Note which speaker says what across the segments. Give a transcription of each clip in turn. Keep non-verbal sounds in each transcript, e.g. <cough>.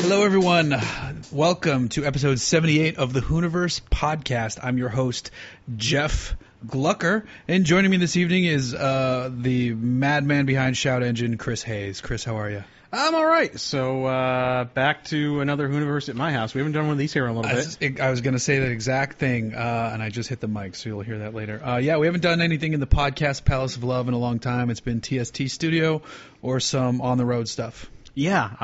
Speaker 1: Hello, everyone. Welcome to episode 78 of the Hooniverse podcast. I'm your host, Jeff Glucker, and joining me this evening is uh, the madman behind Shout Engine, Chris Hayes. Chris, how are you?
Speaker 2: I'm all right. So uh, back to another Hooniverse at my house. We haven't done one of these here in a little
Speaker 1: I
Speaker 2: bit.
Speaker 1: was, I was going to say that exact thing, uh, and I just hit the mic, so you'll hear that later. Uh, yeah, we haven't done anything in the podcast Palace of Love in a long time. It's been TST Studio or some on the road stuff.
Speaker 2: yeah, uh,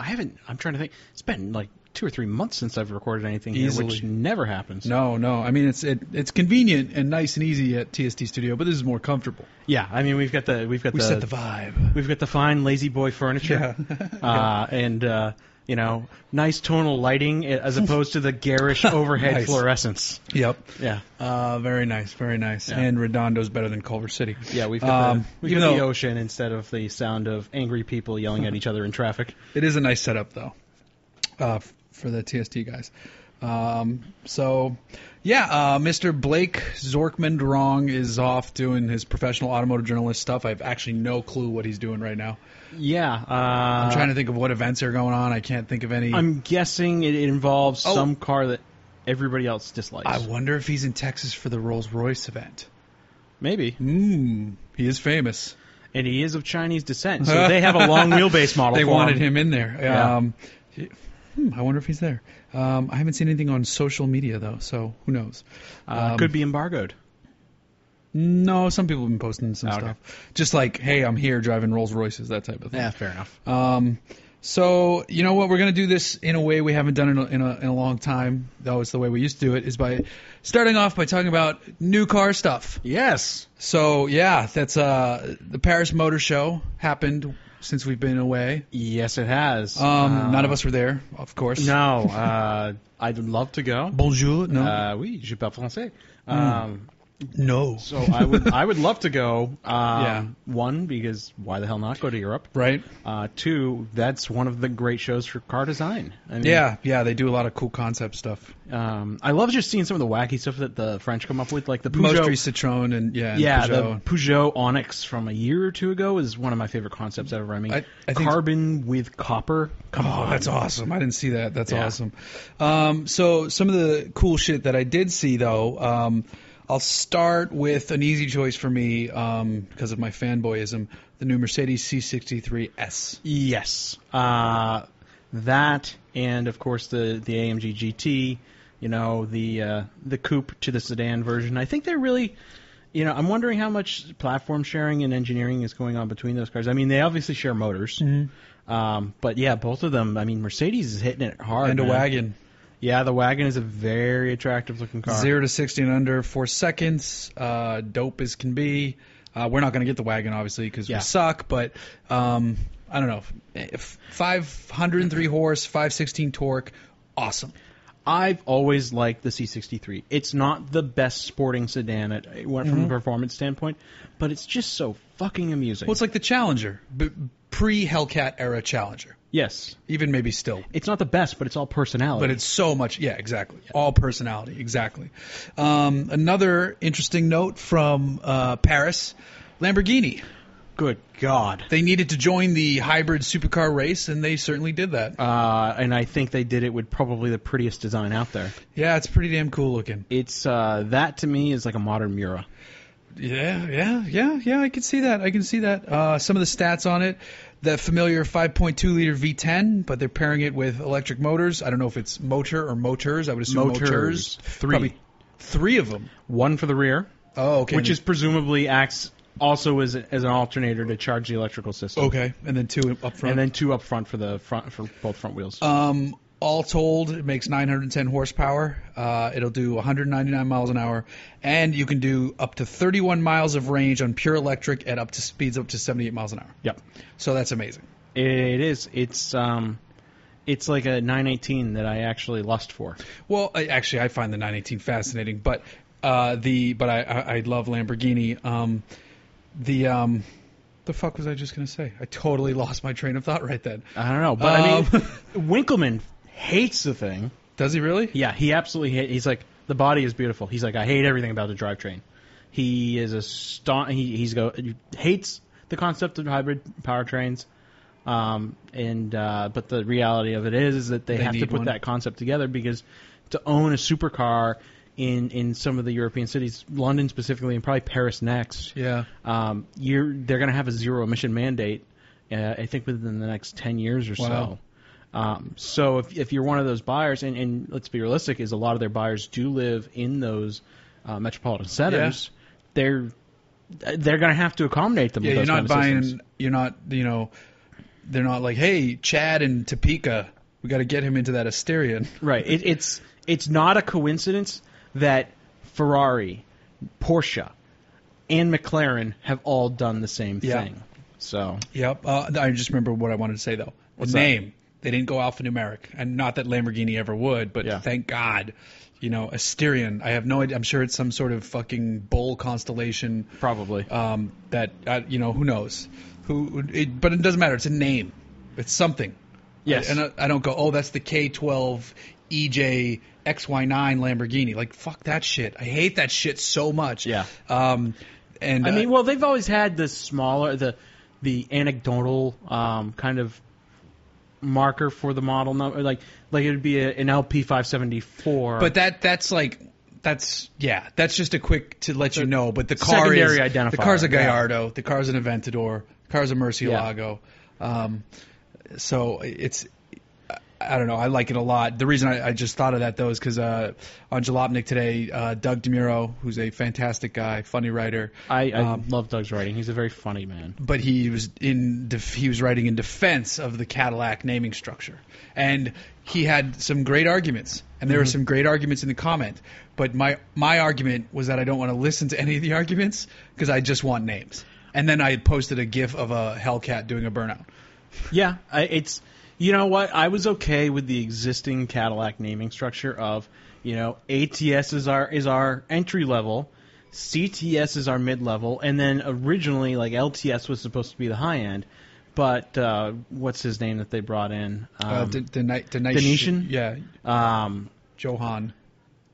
Speaker 2: I haven't. I'm trying to think. It's been like two or three months since I've recorded anything here, which
Speaker 1: Easily.
Speaker 2: never happens.
Speaker 1: No, no. I mean, it's it, it's convenient and nice and easy at TST Studio, but this is more comfortable.
Speaker 2: Yeah, I mean we've got the we've got
Speaker 1: We
Speaker 2: the,
Speaker 1: set the vibe.
Speaker 2: we've got the fine lazy boy furniture, <laughs> uh, and uh, you know nice tonal lighting eh,
Speaker 1: <laughs>
Speaker 2: as opposed to the garish overhead
Speaker 1: Nice.
Speaker 2: fluorescence.
Speaker 1: Yep.
Speaker 2: Yeah,
Speaker 1: Uh, very nice, very nice.
Speaker 2: Yeah.
Speaker 1: And Redondo's better than Culver City.
Speaker 2: yeah, we've got,
Speaker 1: Um,
Speaker 2: the, we've
Speaker 1: even
Speaker 2: got the
Speaker 1: though
Speaker 2: ocean instead of the sound of angry people yelling at each other in
Speaker 1: <laughs>
Speaker 2: traffic.
Speaker 1: it is a nice setup though, uh, f- for the TST guys. Um, so yeah, uh, Mr. Blake Zorkman Drong is off doing his professional automotive journalist stuff. I've actually no clue what he's doing right now.
Speaker 2: Yeah, uh, I'm
Speaker 1: I'm trying to think of what events are going on. I can't think of any.
Speaker 2: I'm guessing it involves
Speaker 1: Oh.
Speaker 2: some car that everybody else dislikes.
Speaker 1: I wonder if he's in Texas for the Rolls Royce event.
Speaker 2: Maybe.
Speaker 1: Mmm, he is famous.
Speaker 2: And he is of Chinese
Speaker 1: <laughs>
Speaker 2: descent, so they have a long wheelbase model
Speaker 1: They
Speaker 2: for
Speaker 1: wanted
Speaker 2: him.
Speaker 1: him in there.
Speaker 2: Yeah.
Speaker 1: Um, hmm, I wonder if he's there. Um, I haven't seen anything on social media though, so who knows?
Speaker 2: Uh,
Speaker 1: Um,
Speaker 2: could be embargoed.
Speaker 1: No, some people have been posting some
Speaker 2: Okay.
Speaker 1: stuff, just like, "Hey, I'm here driving Rolls Royces," that type of thing.
Speaker 2: fair enough.
Speaker 1: Um, so you know what? We're gonna do this in a way we haven't done in a, in a, in a long time. Though it's the way we used to do it is by starting off by talking about new car stuff.
Speaker 2: Yes.
Speaker 1: So yeah, that's uh the Paris Motor Show happened since we've been away.
Speaker 2: Yes, it has. Uh,
Speaker 1: Um, none of us were there, of course.
Speaker 2: No. Uh, I'd love
Speaker 1: <laughs>
Speaker 2: to go.
Speaker 1: Bonjour. No. Hmm.
Speaker 2: Uh, oui, je parle français. Um,
Speaker 1: no.
Speaker 2: So
Speaker 1: <laughs>
Speaker 2: I would, I would love to go. Um,
Speaker 1: Yeah.
Speaker 2: One, because why the hell not go to Europe?
Speaker 1: right.
Speaker 2: Uh, two, that's one of the great shows for car design. I mean,
Speaker 1: Yeah, yeah, they do a lot of cool concept stuff.
Speaker 2: Um, I love just seeing some of the wacky stuff that the French come up with, like the Peugeot.
Speaker 1: Mostly Citroen and yeah, and
Speaker 2: yeah,
Speaker 1: Peugeot.
Speaker 2: the Peugeot Onyx from a year or two ago is one of my favorite concepts ever. I mean,
Speaker 1: I- I think-
Speaker 2: carbon with copper. Come
Speaker 1: Oh,
Speaker 2: on,
Speaker 1: that's awesome! I didn't see that. That's
Speaker 2: Yeah.
Speaker 1: awesome. Um, so some of the cool shit that I did see though, um, I'll start with an easy choice for me um, because of my fanboyism: the new Mercedes C63S.
Speaker 2: yes, uh, that and of course the the AMG GT. You know the uh, the coupe to the sedan version. I think they're really. You know, I'm wondering how much platform sharing and engineering is going on between those cars. I mean, they obviously share motors,
Speaker 1: Mm-hmm.
Speaker 2: um, but yeah, both of them. I mean, Mercedes is hitting it hard.
Speaker 1: And a
Speaker 2: man.
Speaker 1: wagon,
Speaker 2: Yeah, the wagon is a very attractive looking car.
Speaker 1: zero to sixty and under, four seconds, uh, dope as can be. Uh, we're not going to get the wagon obviously because
Speaker 2: Yeah.
Speaker 1: we suck, but um, I don't know. If 503 horse, 516 torque, awesome.
Speaker 2: I've always liked the C63. It's not the best sporting sedan at, from a
Speaker 1: Mm-hmm.
Speaker 2: performance standpoint, but it's just so fucking amusing.
Speaker 1: Well, it's like the Challenger, b- pre Hellcat era Challenger,
Speaker 2: yes,
Speaker 1: even maybe still.
Speaker 2: it's not the best, but it's all personality.
Speaker 1: But it's so much, yeah, exactly. All personality, exactly. Um, another interesting note from uh, Paris Lamborghini.
Speaker 2: good god.
Speaker 1: They needed to join the hybrid supercar race, and they certainly did that.
Speaker 2: Uh, and I think they did it with probably the prettiest design out there.
Speaker 1: yeah, it's pretty damn cool looking.
Speaker 2: It's uh, that to me is like a modern Mura.
Speaker 1: Yeah, yeah, yeah, yeah. I can see that. I can see that. Uh, some of the stats on it: the familiar 5.2 liter V10, but they're pairing it with electric motors. I don't know if it's motor or motors. I would assume motors.
Speaker 2: Motors. Three.
Speaker 1: Probably three of them.
Speaker 2: One for the rear,
Speaker 1: Oh, okay.
Speaker 2: which is presumably acts also as, as an alternator to charge the electrical system,
Speaker 1: okay, and then two up front.
Speaker 2: and then two up front for the front for both front wheels.
Speaker 1: um, All told, it makes 910 horsepower. Uh, it'll do 199 miles an hour, and you can do up to 31 miles of range on pure electric at up to speeds up to 78 miles an hour.
Speaker 2: Yep.
Speaker 1: So that's amazing.
Speaker 2: It is. It's um, it's like a 918 that I actually lust for.
Speaker 1: Well, I, actually, I find the 918 fascinating, but uh, the but I, I I love Lamborghini. Um, the um, the fuck was I just gonna say? I totally lost my train of thought right then.
Speaker 2: I don't know, but I mean, Um, <laughs> Winkleman hates the thing.
Speaker 1: Does he really?
Speaker 2: Yeah, he absolutely hate. He's like the body is beautiful. He's like I hate everything about the drivetrain. He is a staunch. He, he's go he hates the concept of hybrid powertrains. Um, and uh, but the reality of it is, is that they,
Speaker 1: They
Speaker 2: have to
Speaker 1: need
Speaker 2: put
Speaker 1: one.
Speaker 2: that concept together because to own a supercar in in some of the European cities, London specifically, and probably Paris next.
Speaker 1: Yeah.
Speaker 2: Um, you're they're going to have a zero emission mandate. Uh, I think within the next ten years or
Speaker 1: Wow.
Speaker 2: so. Um, so if if you're one of those buyers, and, and let's be realistic, is a lot of their buyers do live in those uh, metropolitan centers. They're they're going to have to accommodate them.
Speaker 1: Yeah,
Speaker 2: with
Speaker 1: you're not
Speaker 2: those kind of
Speaker 1: buying.
Speaker 2: systems.
Speaker 1: You're not. You know, they're not like, hey, Chad and Topeka, we got to get him into that Asterion.
Speaker 2: Right. It, it's it's not a coincidence that Ferrari, Porsche, and McLaren have all done the same
Speaker 1: Yeah.
Speaker 2: thing. So
Speaker 1: Yep. Uh, I just remember what I wanted to say though.
Speaker 2: What's
Speaker 1: the
Speaker 2: that?
Speaker 1: name. They didn't go alphanumeric, and not that Lamborghini ever would, but
Speaker 2: Yeah.
Speaker 1: thank God. You know, Asterion. I have no idea. I'm sure it's some sort of fucking bull constellation.
Speaker 2: probably.
Speaker 1: Um, that uh, you know, who knows? Who? It, but it doesn't matter. It's a name. It's something.
Speaker 2: yes.
Speaker 1: And I, I don't go, oh, that's the E K12 EJ XY9 Lamborghini. Like, fuck that shit. I hate that shit so much.
Speaker 2: Yeah.
Speaker 1: Um, and
Speaker 2: I
Speaker 1: uh,
Speaker 2: mean, well, they've always had the smaller, the the anecdotal um, kind of marker for the model number, like like it would be a, an LP five seventy four.
Speaker 1: but that that's like that's yeah, that's just a quick to let you know. But the car
Speaker 2: secondary
Speaker 1: is
Speaker 2: identifier,
Speaker 1: the car's a
Speaker 2: yeah.
Speaker 1: Gallardo, the car's an Aventador, the car's a Murcielago. Um, so it's I don't know. I like it a lot. The reason I, I just thought of that though is because uh, on Jalopnik today, uh, Doug Demuro, who's a fantastic guy, funny writer,
Speaker 2: I, I
Speaker 1: um,
Speaker 2: love Doug's writing. He's a very funny man.
Speaker 1: but he was in def- he was writing in defense of the Cadillac naming structure, and he had some great arguments, and there were
Speaker 2: Mm-hmm.
Speaker 1: some great arguments in the comment. But my my argument was that I don't want to listen to any of the arguments because I just want names. And then I posted a GIF of a Hellcat doing a burnout.
Speaker 2: Yeah, I, it's you know what I was okay with the existing Cadillac naming structure of you know ATS is our is our entry level, CTS is our mid level, and then originally like LTS was supposed to be the high end, but uh, what's his name that they brought in? Um,
Speaker 1: uh, the, the, night- the night
Speaker 2: Venetian?
Speaker 1: yeah,
Speaker 2: um,
Speaker 1: Johan.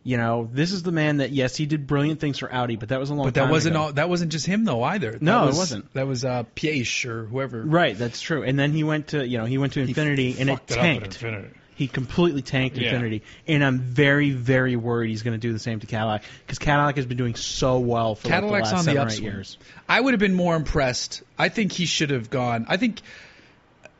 Speaker 2: you know this is the man that yes he did brilliant things for Audi, but that was a long.
Speaker 1: But that
Speaker 2: time
Speaker 1: wasn't
Speaker 2: ago.
Speaker 1: all, that wasn't just him though either. That
Speaker 2: No, it
Speaker 1: was,
Speaker 2: wasn't.
Speaker 1: That was uh, Piesch or whoever.
Speaker 2: Right, that's true. And then he went to you know he went to Infinity and it
Speaker 1: fucked it up at
Speaker 2: tanked.
Speaker 1: Infinity.
Speaker 2: He completely tanked
Speaker 1: Yeah.
Speaker 2: Infinity, and I'm very very worried he's going to do the same to Cadillac because Cadillac has been doing so well for like,
Speaker 1: Cadillac's
Speaker 2: the last
Speaker 1: on
Speaker 2: seven
Speaker 1: the
Speaker 2: or eight
Speaker 1: upswing.
Speaker 2: years.
Speaker 1: I would have been more impressed. I think he should have gone. I think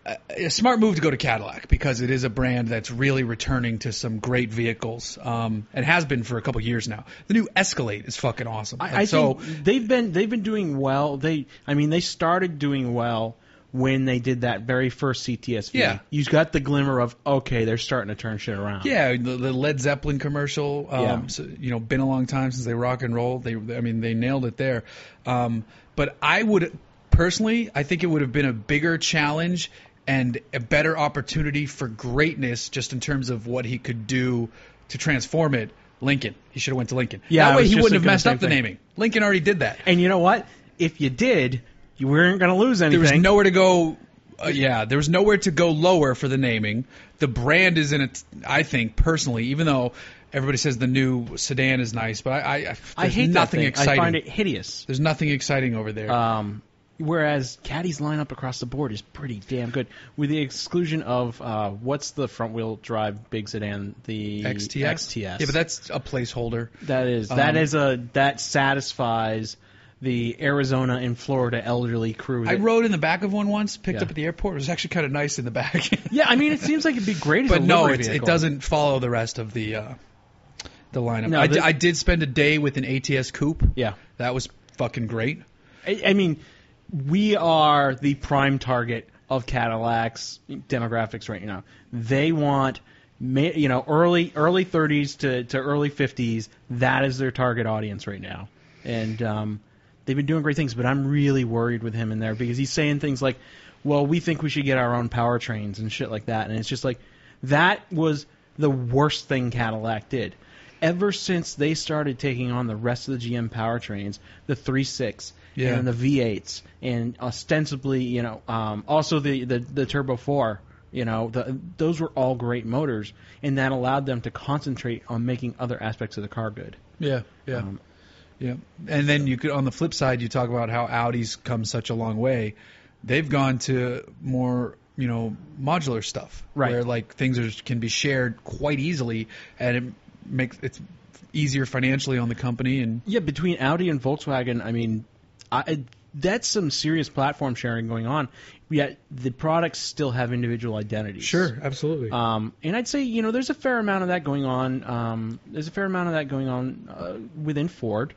Speaker 1: uh, a, a smart move to go to Cadillac because it is a brand that's really returning to some great vehicles um, and has been for a couple years now. The new Escalade is fucking awesome. And
Speaker 2: I, I
Speaker 1: so
Speaker 2: think they've been they've been doing well. They I mean they started doing well when they did that very first CTSV.
Speaker 1: Yeah.
Speaker 2: you got the glimmer of okay they're starting to turn shit around.
Speaker 1: yeah, the, the Led Zeppelin commercial. Um,
Speaker 2: Yeah.
Speaker 1: so, you know, been a long time since they rock and roll. They, I mean, they nailed it there. Um, but I would personally, I think it would have been a bigger challenge and a better opportunity for greatness, just in terms of what he could do to transform it. Lincoln, he should have went to Lincoln.
Speaker 2: Yeah,
Speaker 1: that
Speaker 2: I
Speaker 1: way
Speaker 2: was
Speaker 1: he
Speaker 2: just
Speaker 1: wouldn't have
Speaker 2: thinking the
Speaker 1: messed
Speaker 2: same
Speaker 1: up the
Speaker 2: thing.
Speaker 1: naming. Lincoln already did that.
Speaker 2: and you know what? If you did, you weren't going to lose anything.
Speaker 1: There was nowhere to go. Uh, yeah, there was nowhere to go lower for the naming. The brand is in it. I think personally, even though everybody says the new sedan is nice, but I, I, I there's
Speaker 2: I hate
Speaker 1: nothing
Speaker 2: that thing.
Speaker 1: exciting.
Speaker 2: I find it hideous.
Speaker 1: There's nothing exciting over there.
Speaker 2: Um, whereas Caddy's lineup across the board is pretty damn good, with the exclusion of uh, what's the front wheel drive big sedan, the
Speaker 1: XTS.
Speaker 2: XTS.
Speaker 1: Yeah, but that's a placeholder.
Speaker 2: that is
Speaker 1: um,
Speaker 2: that is a that satisfies the Arizona and Florida elderly crew.
Speaker 1: I
Speaker 2: that-
Speaker 1: rode in the back of one once, picked
Speaker 2: Yeah.
Speaker 1: up at the airport. It was actually kind of nice in the back.
Speaker 2: <laughs> yeah, I mean, it seems like it'd be great
Speaker 1: <laughs>
Speaker 2: as
Speaker 1: but
Speaker 2: a
Speaker 1: no,
Speaker 2: livery
Speaker 1: it's, it
Speaker 2: vehicle.
Speaker 1: doesn't follow the rest of the uh, the lineup.
Speaker 2: No,
Speaker 1: I, di-
Speaker 2: this-
Speaker 1: I did spend a day with an ATS coupe.
Speaker 2: Yeah,
Speaker 1: That was fucking great.
Speaker 2: I, I mean, we are the prime target of Cadillac's demographics right now. They want ma- you know, early early 30s to, to early 50s. That is their target audience right now, and um, they've been doing great things. But I'm really worried with him in there because he's saying things like, "Well, we think we should get our own powertrains and shit like that," and it's just like that was the worst thing Cadillac did. Ever since they started taking on the rest of the GM powertrains, the 3.6
Speaker 1: Yeah.
Speaker 2: and the V8s, and ostensibly, you know, um, also the, the, the Turbo 4, you know, the, those were all great motors, and that allowed them to concentrate on making other aspects of the car good.
Speaker 1: Yeah, yeah,
Speaker 2: Um,
Speaker 1: yeah. And then you could, on the flip side, you talk about how Audi's come such a long way. They've gone to more, you know, modular stuff,
Speaker 2: Right.
Speaker 1: Where like things are, can be shared quite easily, and it makes it's easier financially on the company. And
Speaker 2: Yeah, between Audi and Volkswagen, I mean, I, that's some serious platform sharing going on, yet the products still have individual identities.
Speaker 1: absolutely.
Speaker 2: Um, and I'd say you know there's a fair amount of that going on. Um, there's a fair amount of that going on uh, within Ford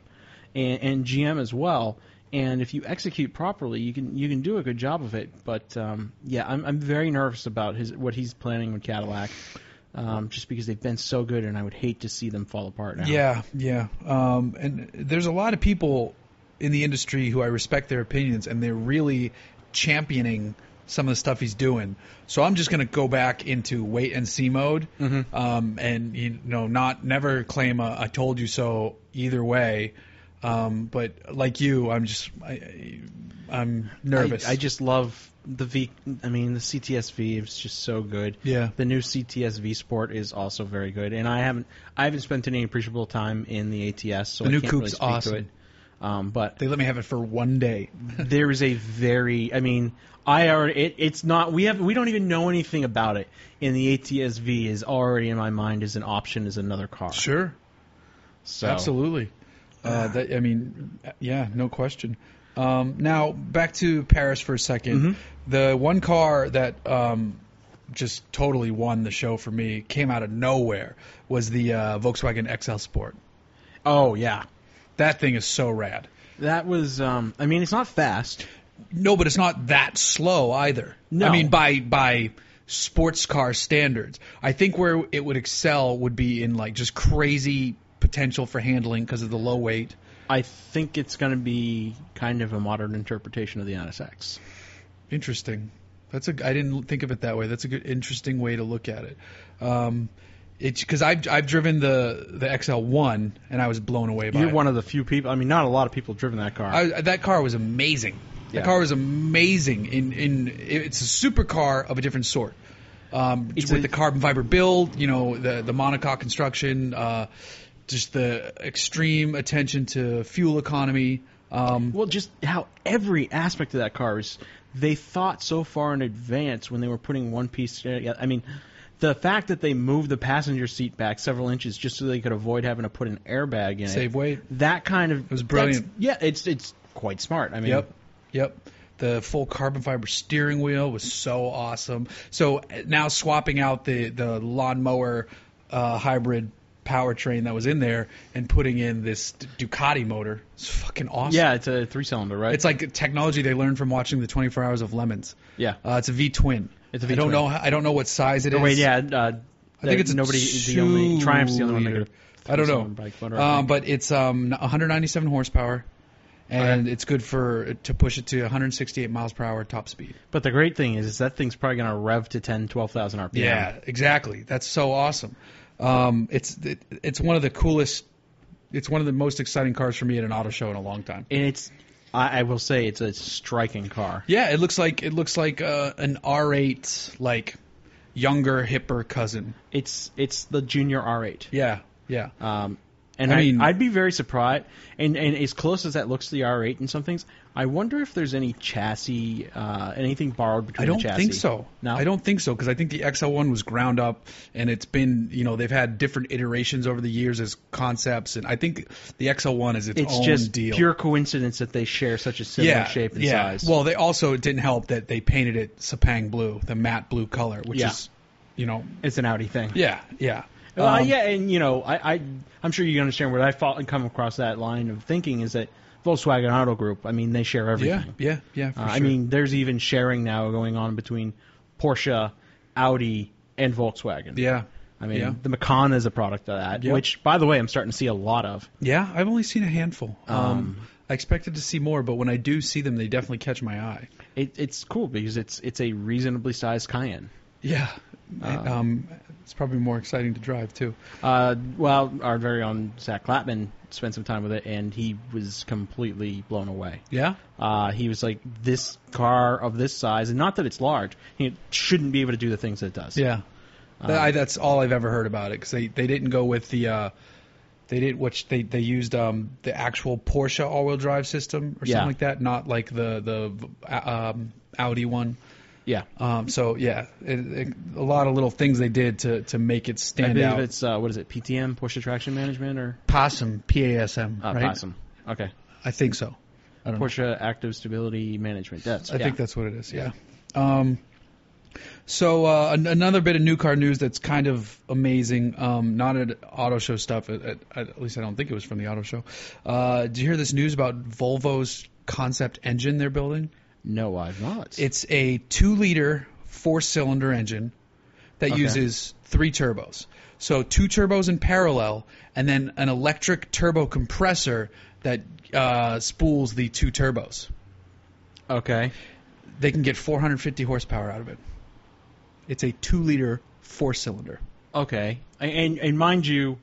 Speaker 2: and, and GM as well. And if you execute properly, you can you can do a good job of it. But um, yeah, I'm, I'm very nervous about his what he's planning with Cadillac, um, just because they've been so good, and I would hate to see them fall apart now.
Speaker 1: Yeah, yeah. Um, and there's a lot of people in the industry who I respect their opinions, and they're really championing some of the stuff he's doing. So I'm just going to go back into wait and see mode, um, and you know, not never claim a, I told you so either way. Um, but like you, I'm just I, I'm nervous.
Speaker 2: I, I just love the V. I mean, the CTSV is just so good.
Speaker 1: Yeah.
Speaker 2: The new CTSV Sport is also very good, and I haven't I haven't spent any appreciable time in the ATS, so
Speaker 1: The
Speaker 2: I
Speaker 1: new
Speaker 2: can't really
Speaker 1: coupe's
Speaker 2: speak
Speaker 1: awesome.
Speaker 2: to it. Um, but
Speaker 1: they let me have it for one day.
Speaker 2: there is a very, I mean, I already it, it's not we have we don't even know anything about it, and the ATSV is already in my mind as an option as another car.
Speaker 1: Sure.
Speaker 2: So-
Speaker 1: Absolutely. Uh, that, I mean, yeah, no question. Um, now back to Paris for a 2nd
Speaker 2: Mm-hmm.
Speaker 1: The one car that um, just totally won the show for me came out of nowhere was the uh, Volkswagen XL Sport.
Speaker 2: Oh yeah,
Speaker 1: That thing is so rad.
Speaker 2: that was. Um, I mean, it's not fast.
Speaker 1: No, but it's not that slow either.
Speaker 2: No.
Speaker 1: I mean, by by sports car standards, I think where it would excel would be in like just crazy potential for handling because of the low weight.
Speaker 2: I think it's going to be kind of a modern interpretation of the NSX.
Speaker 1: Interesting. That's a. I didn't think of it that way. That's a good, interesting way to look at it. Um, it's because I've I've driven the the XL1 and I was blown away by
Speaker 2: You're
Speaker 1: it.
Speaker 2: one of the few people. I mean, not a lot of people driven that car.
Speaker 1: I, that car was amazing.
Speaker 2: Yeah.
Speaker 1: That car was amazing. In in it's a supercar of a different sort. Um,
Speaker 2: It's
Speaker 1: with the
Speaker 2: a-
Speaker 1: carbon fiber build, you know the the monocoque construction, uh, just the extreme attention to fuel economy. Um,
Speaker 2: well, just how every aspect of that car is. They thought so far in advance when they were putting one piece together. I mean, the fact that they moved the passenger seat back several inches just so they could avoid having to put an airbag in
Speaker 1: save
Speaker 2: it.
Speaker 1: weight.
Speaker 2: That kind of it
Speaker 1: was brilliant.
Speaker 2: Yeah, it's it's quite smart. I mean,
Speaker 1: Yep. Yep. The full carbon fiber steering wheel was so awesome. So uh, now swapping out the the lawnmower uh, hybrid powertrain that was in there and putting in this Ducati motor, it's fucking awesome.
Speaker 2: yeah, it's a three cylinder, right?
Speaker 1: It's like technology they learned from watching the 24 Hours of Lemons.
Speaker 2: yeah.
Speaker 1: Uh, it's a V twin.
Speaker 2: It's a
Speaker 1: I don't
Speaker 2: V-twin.
Speaker 1: know. how- I don't know what size it is.
Speaker 2: Wait, yeah. Uh,
Speaker 1: I think it's
Speaker 2: nobody.
Speaker 1: A
Speaker 2: the only Triumph's the only one that
Speaker 1: two-liter.
Speaker 2: could.
Speaker 1: I don't know.
Speaker 2: three-cylinder bike motor, I
Speaker 1: um,
Speaker 2: think.
Speaker 1: but it's um, 197 horsepower, and it's good for to push it to 168 miles per hour top speed.
Speaker 2: But the great thing is, is that thing's probably going to rev to 10, 12,000 RPM.
Speaker 1: Yeah, exactly. That's so awesome. Um, it's it, it's one of the coolest. It's one of the most exciting cars for me at an auto show in a long time.
Speaker 2: And it's, I, I will say, it's a striking car.
Speaker 1: Yeah, it looks like it looks like uh, an R8 like younger hipper cousin.
Speaker 2: It's it's the Junior R8.
Speaker 1: Yeah, yeah.
Speaker 2: Um, and
Speaker 1: I
Speaker 2: I
Speaker 1: mean-
Speaker 2: I'd be very surprised. And, and as close as that looks to the R8 and some things, I wonder if there's any chassis, uh, anything borrowed between
Speaker 1: I don't
Speaker 2: the chassis.
Speaker 1: think so.
Speaker 2: No?
Speaker 1: I don't think so because I think the XL1 was ground up and it's been, you know, they've had different iterations over the years as concepts and I think the XL1 is its,
Speaker 2: It's
Speaker 1: own
Speaker 2: just
Speaker 1: deal.
Speaker 2: pure coincidence that they share such a similar
Speaker 1: yeah,
Speaker 2: shape and
Speaker 1: yeah.
Speaker 2: size.
Speaker 1: Well, they also it didn't help that they painted it Sepang blue, the matte blue color, which
Speaker 2: Yeah.
Speaker 1: is, you know,
Speaker 2: it's an Audi thing.
Speaker 1: yeah, yeah.
Speaker 2: Well,
Speaker 1: Um,
Speaker 2: yeah, and you know, I, I I'm sure you understand where I fall and come across that line of thinking is that Volkswagen Auto Group. I mean, they share
Speaker 1: yeah,
Speaker 2: everything.
Speaker 1: yeah, yeah. For
Speaker 2: Uh,
Speaker 1: sure.
Speaker 2: I mean, there's even sharing now going on between Porsche, Audi, and Volkswagen.
Speaker 1: yeah,
Speaker 2: I mean,
Speaker 1: Yeah.
Speaker 2: the Macan is a product of that,
Speaker 1: Yep.
Speaker 2: which, by the way, I'm starting to see a lot of.
Speaker 1: Yeah, I've only seen a handful. Um,
Speaker 2: Um,
Speaker 1: I expected to see more, but when I do see them, they definitely catch my eye.
Speaker 2: It, it's cool because it's it's a reasonably sized Cayenne.
Speaker 1: Yeah,
Speaker 2: Uh,
Speaker 1: um, it's probably more exciting to drive too.
Speaker 2: Uh, well, our very own Zach Clapman spent some time with it, and he was completely blown away.
Speaker 1: Yeah,
Speaker 2: Uh, he was like, "This car of this size, and not that it's large, it shouldn't be able to do the things that it does."
Speaker 1: yeah.
Speaker 2: Um,
Speaker 1: Th- I, that's all I've ever heard about it because they, they didn't go with the uh, they did which they they used um, the actual Porsche all wheel drive system or
Speaker 2: Yeah.
Speaker 1: something like that, not like the the uh, um, Audi one.
Speaker 2: yeah.
Speaker 1: Um, so yeah, it, it, a lot of little things they did to to make it
Speaker 2: I
Speaker 1: stand
Speaker 2: believe
Speaker 1: out.
Speaker 2: it's uh, what is it? PTM, Porsche Traction Management, or
Speaker 1: Possum, P A S M,
Speaker 2: uh,
Speaker 1: right?
Speaker 2: Possum? Okay,
Speaker 1: I think so. I don't know.
Speaker 2: Porsche Active Stability Management. That's
Speaker 1: I
Speaker 2: yeah.
Speaker 1: think that's what it is. Yeah. Um, so uh, an- another bit of new car news that's kind of amazing. Um, not at auto show stuff. At, at, at least I don't think it was from the auto show. Uh, did you hear this news about Volvo's concept engine they're building?
Speaker 2: no, I've not.
Speaker 1: It's a two-liter four-cylinder engine that
Speaker 2: Okay.
Speaker 1: uses three turbos. So two turbos in parallel, and then an electric turbo compressor that uh, spools the two turbos
Speaker 2: okay.
Speaker 1: they can get 450 horsepower out of it. It's a two-liter four-cylinder.
Speaker 2: Okay, and and mind you,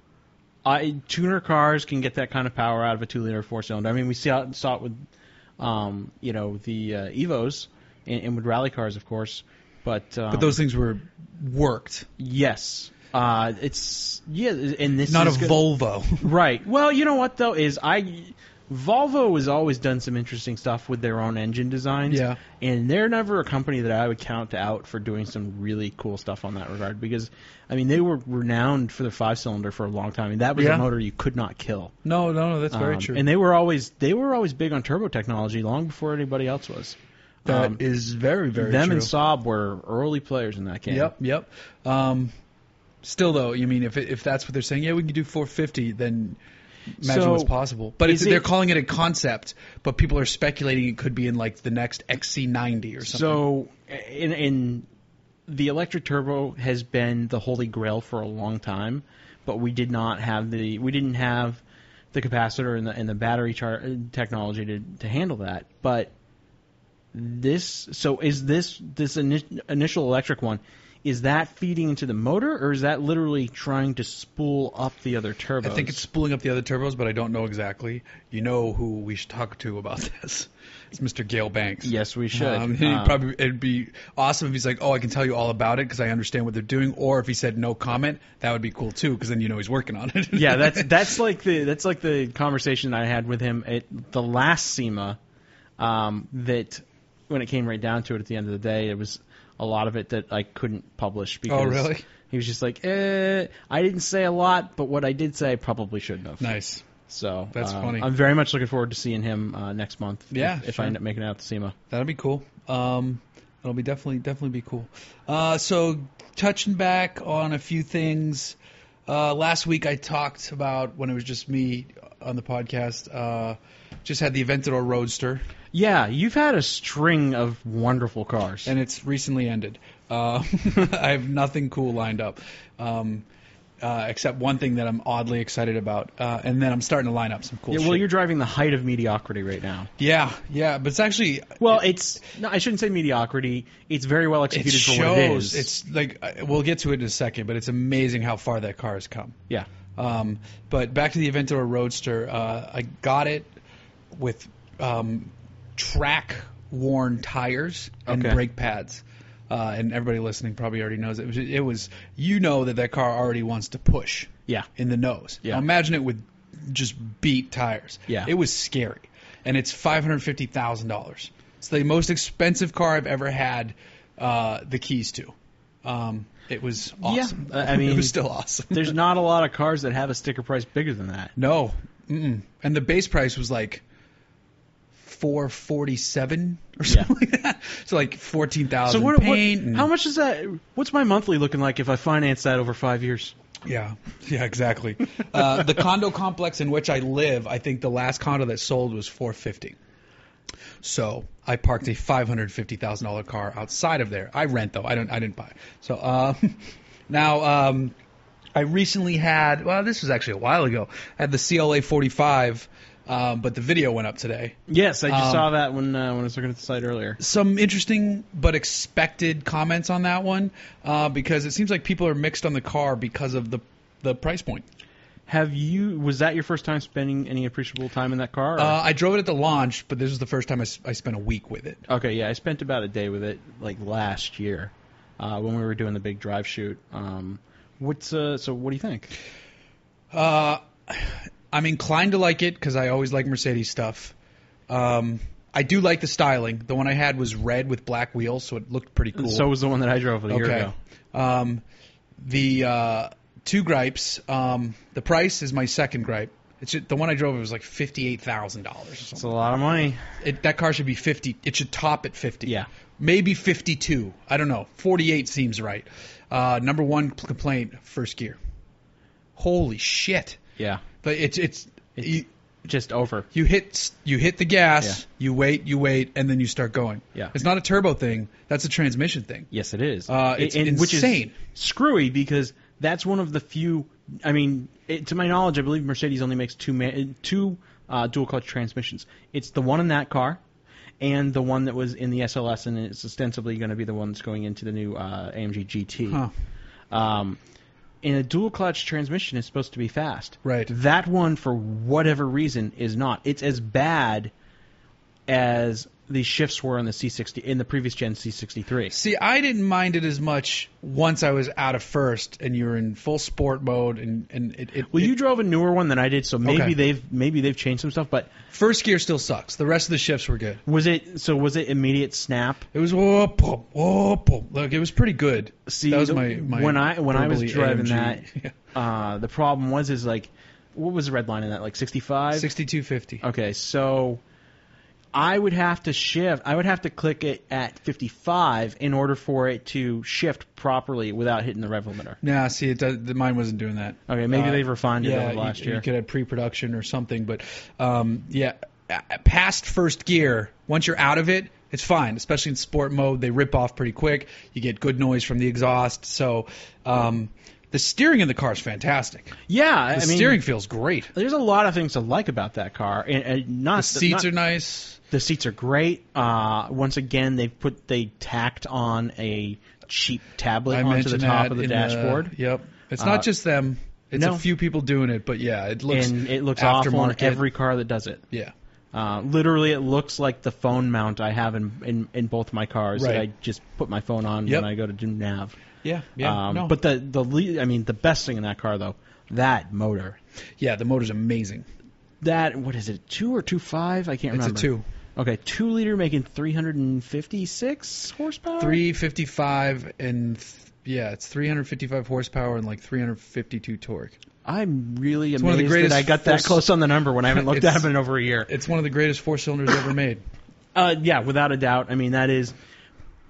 Speaker 2: I tuner cars can get that kind of power out of a two-liter four-cylinder. I mean, we saw saw it with, um, you know, the uh, Evos and, and with rally cars, of course. But um,
Speaker 1: But those things were worked,
Speaker 2: yes, uh, it's yeah, and this
Speaker 1: not a
Speaker 2: is
Speaker 1: <laughs>
Speaker 2: good-
Speaker 1: Volvo.
Speaker 2: right. Well, you know what though is I. Volvo has always done some interesting stuff with their own engine designs.
Speaker 1: Yeah.
Speaker 2: And they're never a company that I would count out for doing some really cool stuff on that regard because, I mean, they were renowned for their five cylinder for a long time. And that was
Speaker 1: Yeah.
Speaker 2: a motor you could not kill.
Speaker 1: no, no, no. That's very
Speaker 2: Um,
Speaker 1: true.
Speaker 2: And they were always they were always big on turbo technology long before anybody else was.
Speaker 1: That
Speaker 2: um,
Speaker 1: is very, very
Speaker 2: them
Speaker 1: true.
Speaker 2: and Saab were early players in that game.
Speaker 1: Yep, yep. Um, still though, you mean if it, if that's what they're saying, yeah, we can do 450, then imagine
Speaker 2: So,
Speaker 1: what's possible. But it's,
Speaker 2: is
Speaker 1: they're
Speaker 2: it-
Speaker 1: calling it a concept, but people are speculating it could be in like the next XC90 or something.
Speaker 2: So, in, in the electric turbo has been the holy grail for a long time, but we did not have the we didn't have the capacitor and the and the battery char- technology to to handle that. But this so is this this ini- initial electric one is that feeding into the motor or is that literally trying to spool up the other turbos?
Speaker 1: I think it's spooling up the other turbos, but I don't know exactly. You know who we should talk to about <laughs> this? It's Mr. Gail Banks.
Speaker 2: yes we should.
Speaker 1: Um, <laughs> he'd
Speaker 2: Um,
Speaker 1: probably it'd be awesome if he's like, "Oh, I can tell you all about it because I understand what they're doing," or if he said no comment, that would be cool too because then you know he's working on it.
Speaker 2: <laughs>
Speaker 1: <laughs>
Speaker 2: yeah, that's that's like the that's like the conversation I had with him at the last SEMA. Um, that when it came right down to it, at the end of the day, it was a lot of it that I couldn't publish because
Speaker 1: Oh, really?
Speaker 2: he was just like, eh, I didn't say a lot, but what I did say, I probably shouldn't have.
Speaker 1: nice.
Speaker 2: So
Speaker 1: That's
Speaker 2: um,
Speaker 1: funny.
Speaker 2: I'm very much looking forward to seeing him uh, next month.
Speaker 1: Yeah,
Speaker 2: if, if
Speaker 1: sure.
Speaker 2: I end up making it out to SEMA.
Speaker 1: That'll be cool. Um, that'll be definitely definitely be cool. Uh, so touching back on a few things. Uh, last week I talked about when it was just me on the podcast. Uh, just had the Aventador Roadster,
Speaker 2: Yeah, you've had a string of wonderful cars.
Speaker 1: and it's recently ended. Uh, <laughs> I have nothing cool lined up, um, uh, except one thing that I'm oddly excited about, uh, and then I'm starting to line up some cool.
Speaker 2: yeah, well,
Speaker 1: shit.
Speaker 2: you're driving the height of mediocrity right now.
Speaker 1: yeah, yeah, but it's actually
Speaker 2: Well, it's no, I shouldn't say mediocrity. It's very well
Speaker 1: it
Speaker 2: executed for
Speaker 1: shows.
Speaker 2: what it is.
Speaker 1: It's like I- we'll get to it in a second, but it's amazing how far that car has come.
Speaker 2: yeah,
Speaker 1: Um, but back to the Aventador Roadster, uh, I got it with um, track worn tires and
Speaker 2: Okay.
Speaker 1: brake pads. Uh, and everybody listening probably already knows it. It was, it was you know that that car already wants to push
Speaker 2: yeah,
Speaker 1: in the nose.
Speaker 2: Yeah.
Speaker 1: Now imagine it with just beat tires.
Speaker 2: Yeah.
Speaker 1: It was scary. And it's five hundred fifty thousand dollars. It's the most expensive car I've ever had uh, the keys to. Um, it was awesome.
Speaker 2: I-
Speaker 1: <laughs>
Speaker 2: I
Speaker 1: it
Speaker 2: mean-
Speaker 1: was still awesome.
Speaker 2: There's not a lot of cars that have a sticker price bigger than that.
Speaker 1: No, mm-mm. and the base price was like four forty seven or
Speaker 2: Yeah.
Speaker 1: something like that. So like fourteen
Speaker 2: So
Speaker 1: thousand.
Speaker 2: what, what?
Speaker 1: paint and-
Speaker 2: How much is that? What's my monthly looking like if I finance that over five years?
Speaker 1: Yeah, yeah, exactly. uh, the condo complex in which I live, I think the last condo that sold was four fifty. So I parked a five hundred fifty thousand dollar car outside of there. I rent though. I don't. I didn't buy. So um, uh, <laughs> now um, I recently had, well, this was actually a while ago, I had the CLA 45, um, but the video went up today.
Speaker 2: Yes, I just
Speaker 1: Um,
Speaker 2: saw that when uh, when I was looking at the site earlier.
Speaker 1: Some interesting but expected comments on that one uh, because it seems like people are mixed on the car because of the the price point.
Speaker 2: Have you? Was that your first time spending any appreciable time in that car? or-
Speaker 1: Uh, I drove it at the launch, but this was the first time I, s- I spent a week with it.
Speaker 2: Okay, yeah, I spent about a day with it like last year uh, when we were doing the big drive shoot. Um, what's uh, so? What do you think?
Speaker 1: Uh, I'm inclined to like it because I always like Mercedes stuff. Um, I do like the styling. The one I had was red with black wheels, so it looked pretty cool.
Speaker 2: So was the one that I drove a year
Speaker 1: okay.
Speaker 2: ago.
Speaker 1: Um, the uh, two gripes. Um, the price is my second gripe. It's ju- the one I drove. It was like fifty-eight thousand dollars.
Speaker 2: It's a lot of money.
Speaker 1: It, that car should be fifty. It should top at fifty.
Speaker 2: Yeah.
Speaker 1: Maybe fifty-two. I don't know. Forty-eight seems right. Uh, number one complaint: first gear. Holy shit!
Speaker 2: Yeah,
Speaker 1: But it's it's.
Speaker 2: It's-
Speaker 1: you,
Speaker 2: just over.
Speaker 1: you hit you hit the gas,
Speaker 2: Yeah.
Speaker 1: you wait, you wait, and then you start going.
Speaker 2: Yeah.
Speaker 1: It's not a turbo thing. That's a transmission thing.
Speaker 2: Yes, it is.
Speaker 1: Uh,
Speaker 2: It-
Speaker 1: it's
Speaker 2: and
Speaker 1: insane.
Speaker 2: Which is screwy because that's one of the few. I mean, it, to my knowledge, I believe Mercedes only makes two ma- two uh, dual clutch transmissions. It's the one in that car, and the one that was in the SLS, and it's ostensibly going to be the one that's going into the new uh, AMG GT.
Speaker 1: Huh.
Speaker 2: Um, and a dual clutch transmission is supposed to be fast.
Speaker 1: Right.
Speaker 2: That one, for whatever reason, is not. It's as bad as the shifts were in the C60 in the previous gen C63.
Speaker 1: See, I didn't mind it as much once I was out of first and you were in full sport mode and and it, it,
Speaker 2: Well,
Speaker 1: it-
Speaker 2: you drove a newer one than I did, so maybe
Speaker 1: Okay.
Speaker 2: they've maybe they've changed some stuff. But
Speaker 1: first gear still sucks. The rest of the shifts were good.
Speaker 2: was it so? Was it immediate snap?
Speaker 1: It was whoa, boom, whoa, boom. Look, it was pretty good.
Speaker 2: See,
Speaker 1: that was
Speaker 2: the-
Speaker 1: my, my
Speaker 2: when I when I was
Speaker 1: verbally
Speaker 2: driving
Speaker 1: <laughs> AMG.
Speaker 2: that, uh, the problem was is like, what was the red line in that? Like 65?
Speaker 1: sixty-two fifty.
Speaker 2: Okay, so I would have to shift. I would have to click it at 55 in order for it to shift properly without hitting the rev limiter.
Speaker 1: Nah, see, it does, the, mine wasn't doing that.
Speaker 2: Okay, maybe
Speaker 1: Uh,
Speaker 2: they've refined it
Speaker 1: yeah,
Speaker 2: over the last
Speaker 1: you,
Speaker 2: year.
Speaker 1: you could have pre-production or something, but um, yeah, a- past first gear, once you're out of it, it's fine. Especially in sport mode, they rip off pretty quick. You get good noise from the exhaust, so um, the steering in the car is fantastic.
Speaker 2: yeah,
Speaker 1: The
Speaker 2: I mean,
Speaker 1: steering feels great.
Speaker 2: there's a lot of things to like about that car, and, and not
Speaker 1: The seats
Speaker 2: not-
Speaker 1: are nice.
Speaker 2: The seats are great. Uh, once again, they've put they tacked on a cheap tablet
Speaker 1: I
Speaker 2: onto the
Speaker 1: mentioned
Speaker 2: top
Speaker 1: that
Speaker 2: of the
Speaker 1: in uh,
Speaker 2: dashboard,
Speaker 1: yep, it's
Speaker 2: Uh,
Speaker 1: not just them. It's
Speaker 2: no.
Speaker 1: a few people doing it, but yeah, it looks
Speaker 2: and it looks awful on
Speaker 1: aftermarket.
Speaker 2: every car that does it.
Speaker 1: yeah.
Speaker 2: Uh, literally, it looks like the phone mount I have in in, in both my cars that I
Speaker 1: Right.
Speaker 2: just put my phone on
Speaker 1: Yep.
Speaker 2: when I go to do nav.
Speaker 1: Yeah, yeah,
Speaker 2: um,
Speaker 1: no.
Speaker 2: But the the le- I mean the best thing in that car though that motor
Speaker 1: yeah, the motor's amazing.
Speaker 2: that what is it two or two five I can't
Speaker 1: It's
Speaker 2: remember
Speaker 1: a two.
Speaker 2: okay two liter making three hundred and fifty six horsepower
Speaker 1: 355 and th- yeah, it's 355 horsepower and like 352 torque.
Speaker 2: I'm really amazed
Speaker 1: one of the greatest
Speaker 2: that I got that
Speaker 1: force-
Speaker 2: close on the number when I haven't looked at
Speaker 1: <laughs> It's-
Speaker 2: them in over a year.
Speaker 1: It's one of the greatest four cylinders
Speaker 2: <coughs>
Speaker 1: ever made.
Speaker 2: Uh, yeah, without a doubt. I mean that is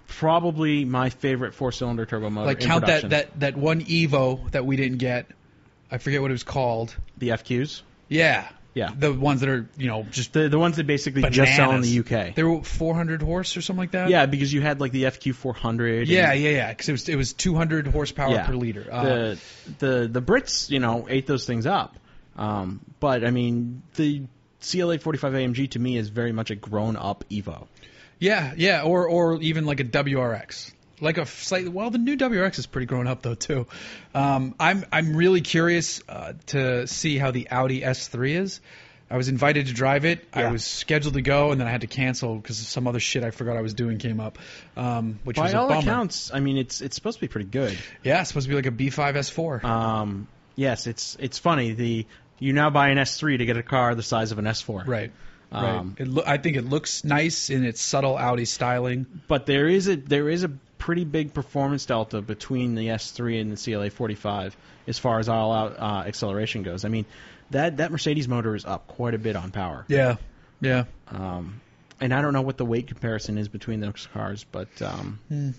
Speaker 2: probably my favorite four cylinder turbo motor.
Speaker 1: Like
Speaker 2: in
Speaker 1: count that
Speaker 2: production.
Speaker 1: that that one Evo that we didn't get. I forget what it was called.
Speaker 2: the FQs.
Speaker 1: Yeah.
Speaker 2: Yeah.
Speaker 1: The ones that are, you know, just
Speaker 2: The the ones that basically just sell in the UK.
Speaker 1: They were 400 horse or something like that.
Speaker 2: yeah, because you had like the FQ 400. and-
Speaker 1: Yeah, yeah, yeah, cuz it was it was 200 horsepower
Speaker 2: yeah.
Speaker 1: per liter. Uh,
Speaker 2: the the the Brits, you know, ate those things up. Um, but I mean, the CLA 45 AMG to me is very much a grown up Evo.
Speaker 1: yeah, yeah, or or even like a WRX. Like a slightly well, the new WRX is pretty grown up though too. Um, I'm I'm really curious uh, to see how the Audi S3 is. I was invited to drive it.
Speaker 2: Yeah.
Speaker 1: I was scheduled to go, and then I had to cancel because some other shit I forgot I was doing came up, um, which
Speaker 2: By
Speaker 1: was a
Speaker 2: all
Speaker 1: bummer.
Speaker 2: accounts, I mean it's it's supposed to be pretty good.
Speaker 1: Yeah, it's supposed to be like a B5 S4.
Speaker 2: Um, yes, it's it's funny. The you now buy an S3 to get a car the size of an S4.
Speaker 1: right.
Speaker 2: um,
Speaker 1: right. It lo- I think it looks nice in its subtle Audi styling.
Speaker 2: But there is a there is a pretty big performance delta between the S3 and the CLA 45 as far as all out uh, acceleration goes. I mean, that that Mercedes motor is up quite a bit on power.
Speaker 1: Yeah. Yeah.
Speaker 2: Um, and I don't know what the weight comparison is between those cars, but um,
Speaker 1: Hmm.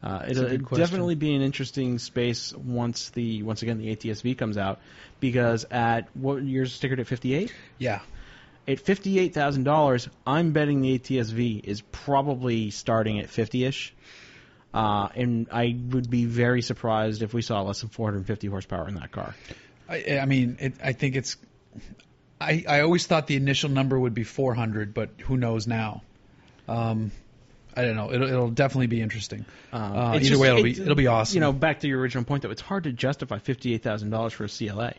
Speaker 2: uh, it'll,
Speaker 1: a good
Speaker 2: it'll
Speaker 1: question.
Speaker 2: definitely be an interesting space once the once again the ATSV comes out because at what yours stickered at 58.
Speaker 1: Yeah.
Speaker 2: At fifty-eight thousand dollars, I'm betting the ATSV is probably starting at fifty-ish. Uh, and I would be very surprised if we saw less than 450 horsepower in that car.
Speaker 1: I, I mean, it, I think it's. I, I always thought the initial number would be 400, but who knows now? Um, I don't know. It'll, it'll definitely be interesting.
Speaker 2: Um,
Speaker 1: Uh,
Speaker 2: it's
Speaker 1: either way, it'll be- it'll be awesome.
Speaker 2: You know, back to your original point though, it's hard to justify fifty-eight thousand dollars for a CLA.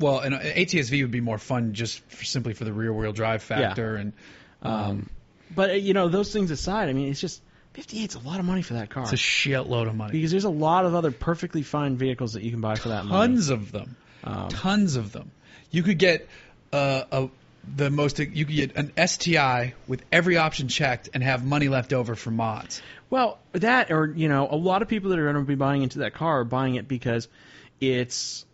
Speaker 1: Well, uh, an ATSV would be more fun just for, simply for the rear wheel drive factor and
Speaker 2: Um, but uh, you know, those things aside, I mean, it's just fifty-eight's a lot of money for that car
Speaker 1: it's a shitload of money.
Speaker 2: because there's a lot of other perfectly fine vehicles that you can buy for that money.
Speaker 1: Tons of them. Tons of them. You could get uh, a the most you could get an STI with every option checked and have money left over for mods.
Speaker 2: Well, that or you know, a lot of people that are going to be buying into that car are buying it because it's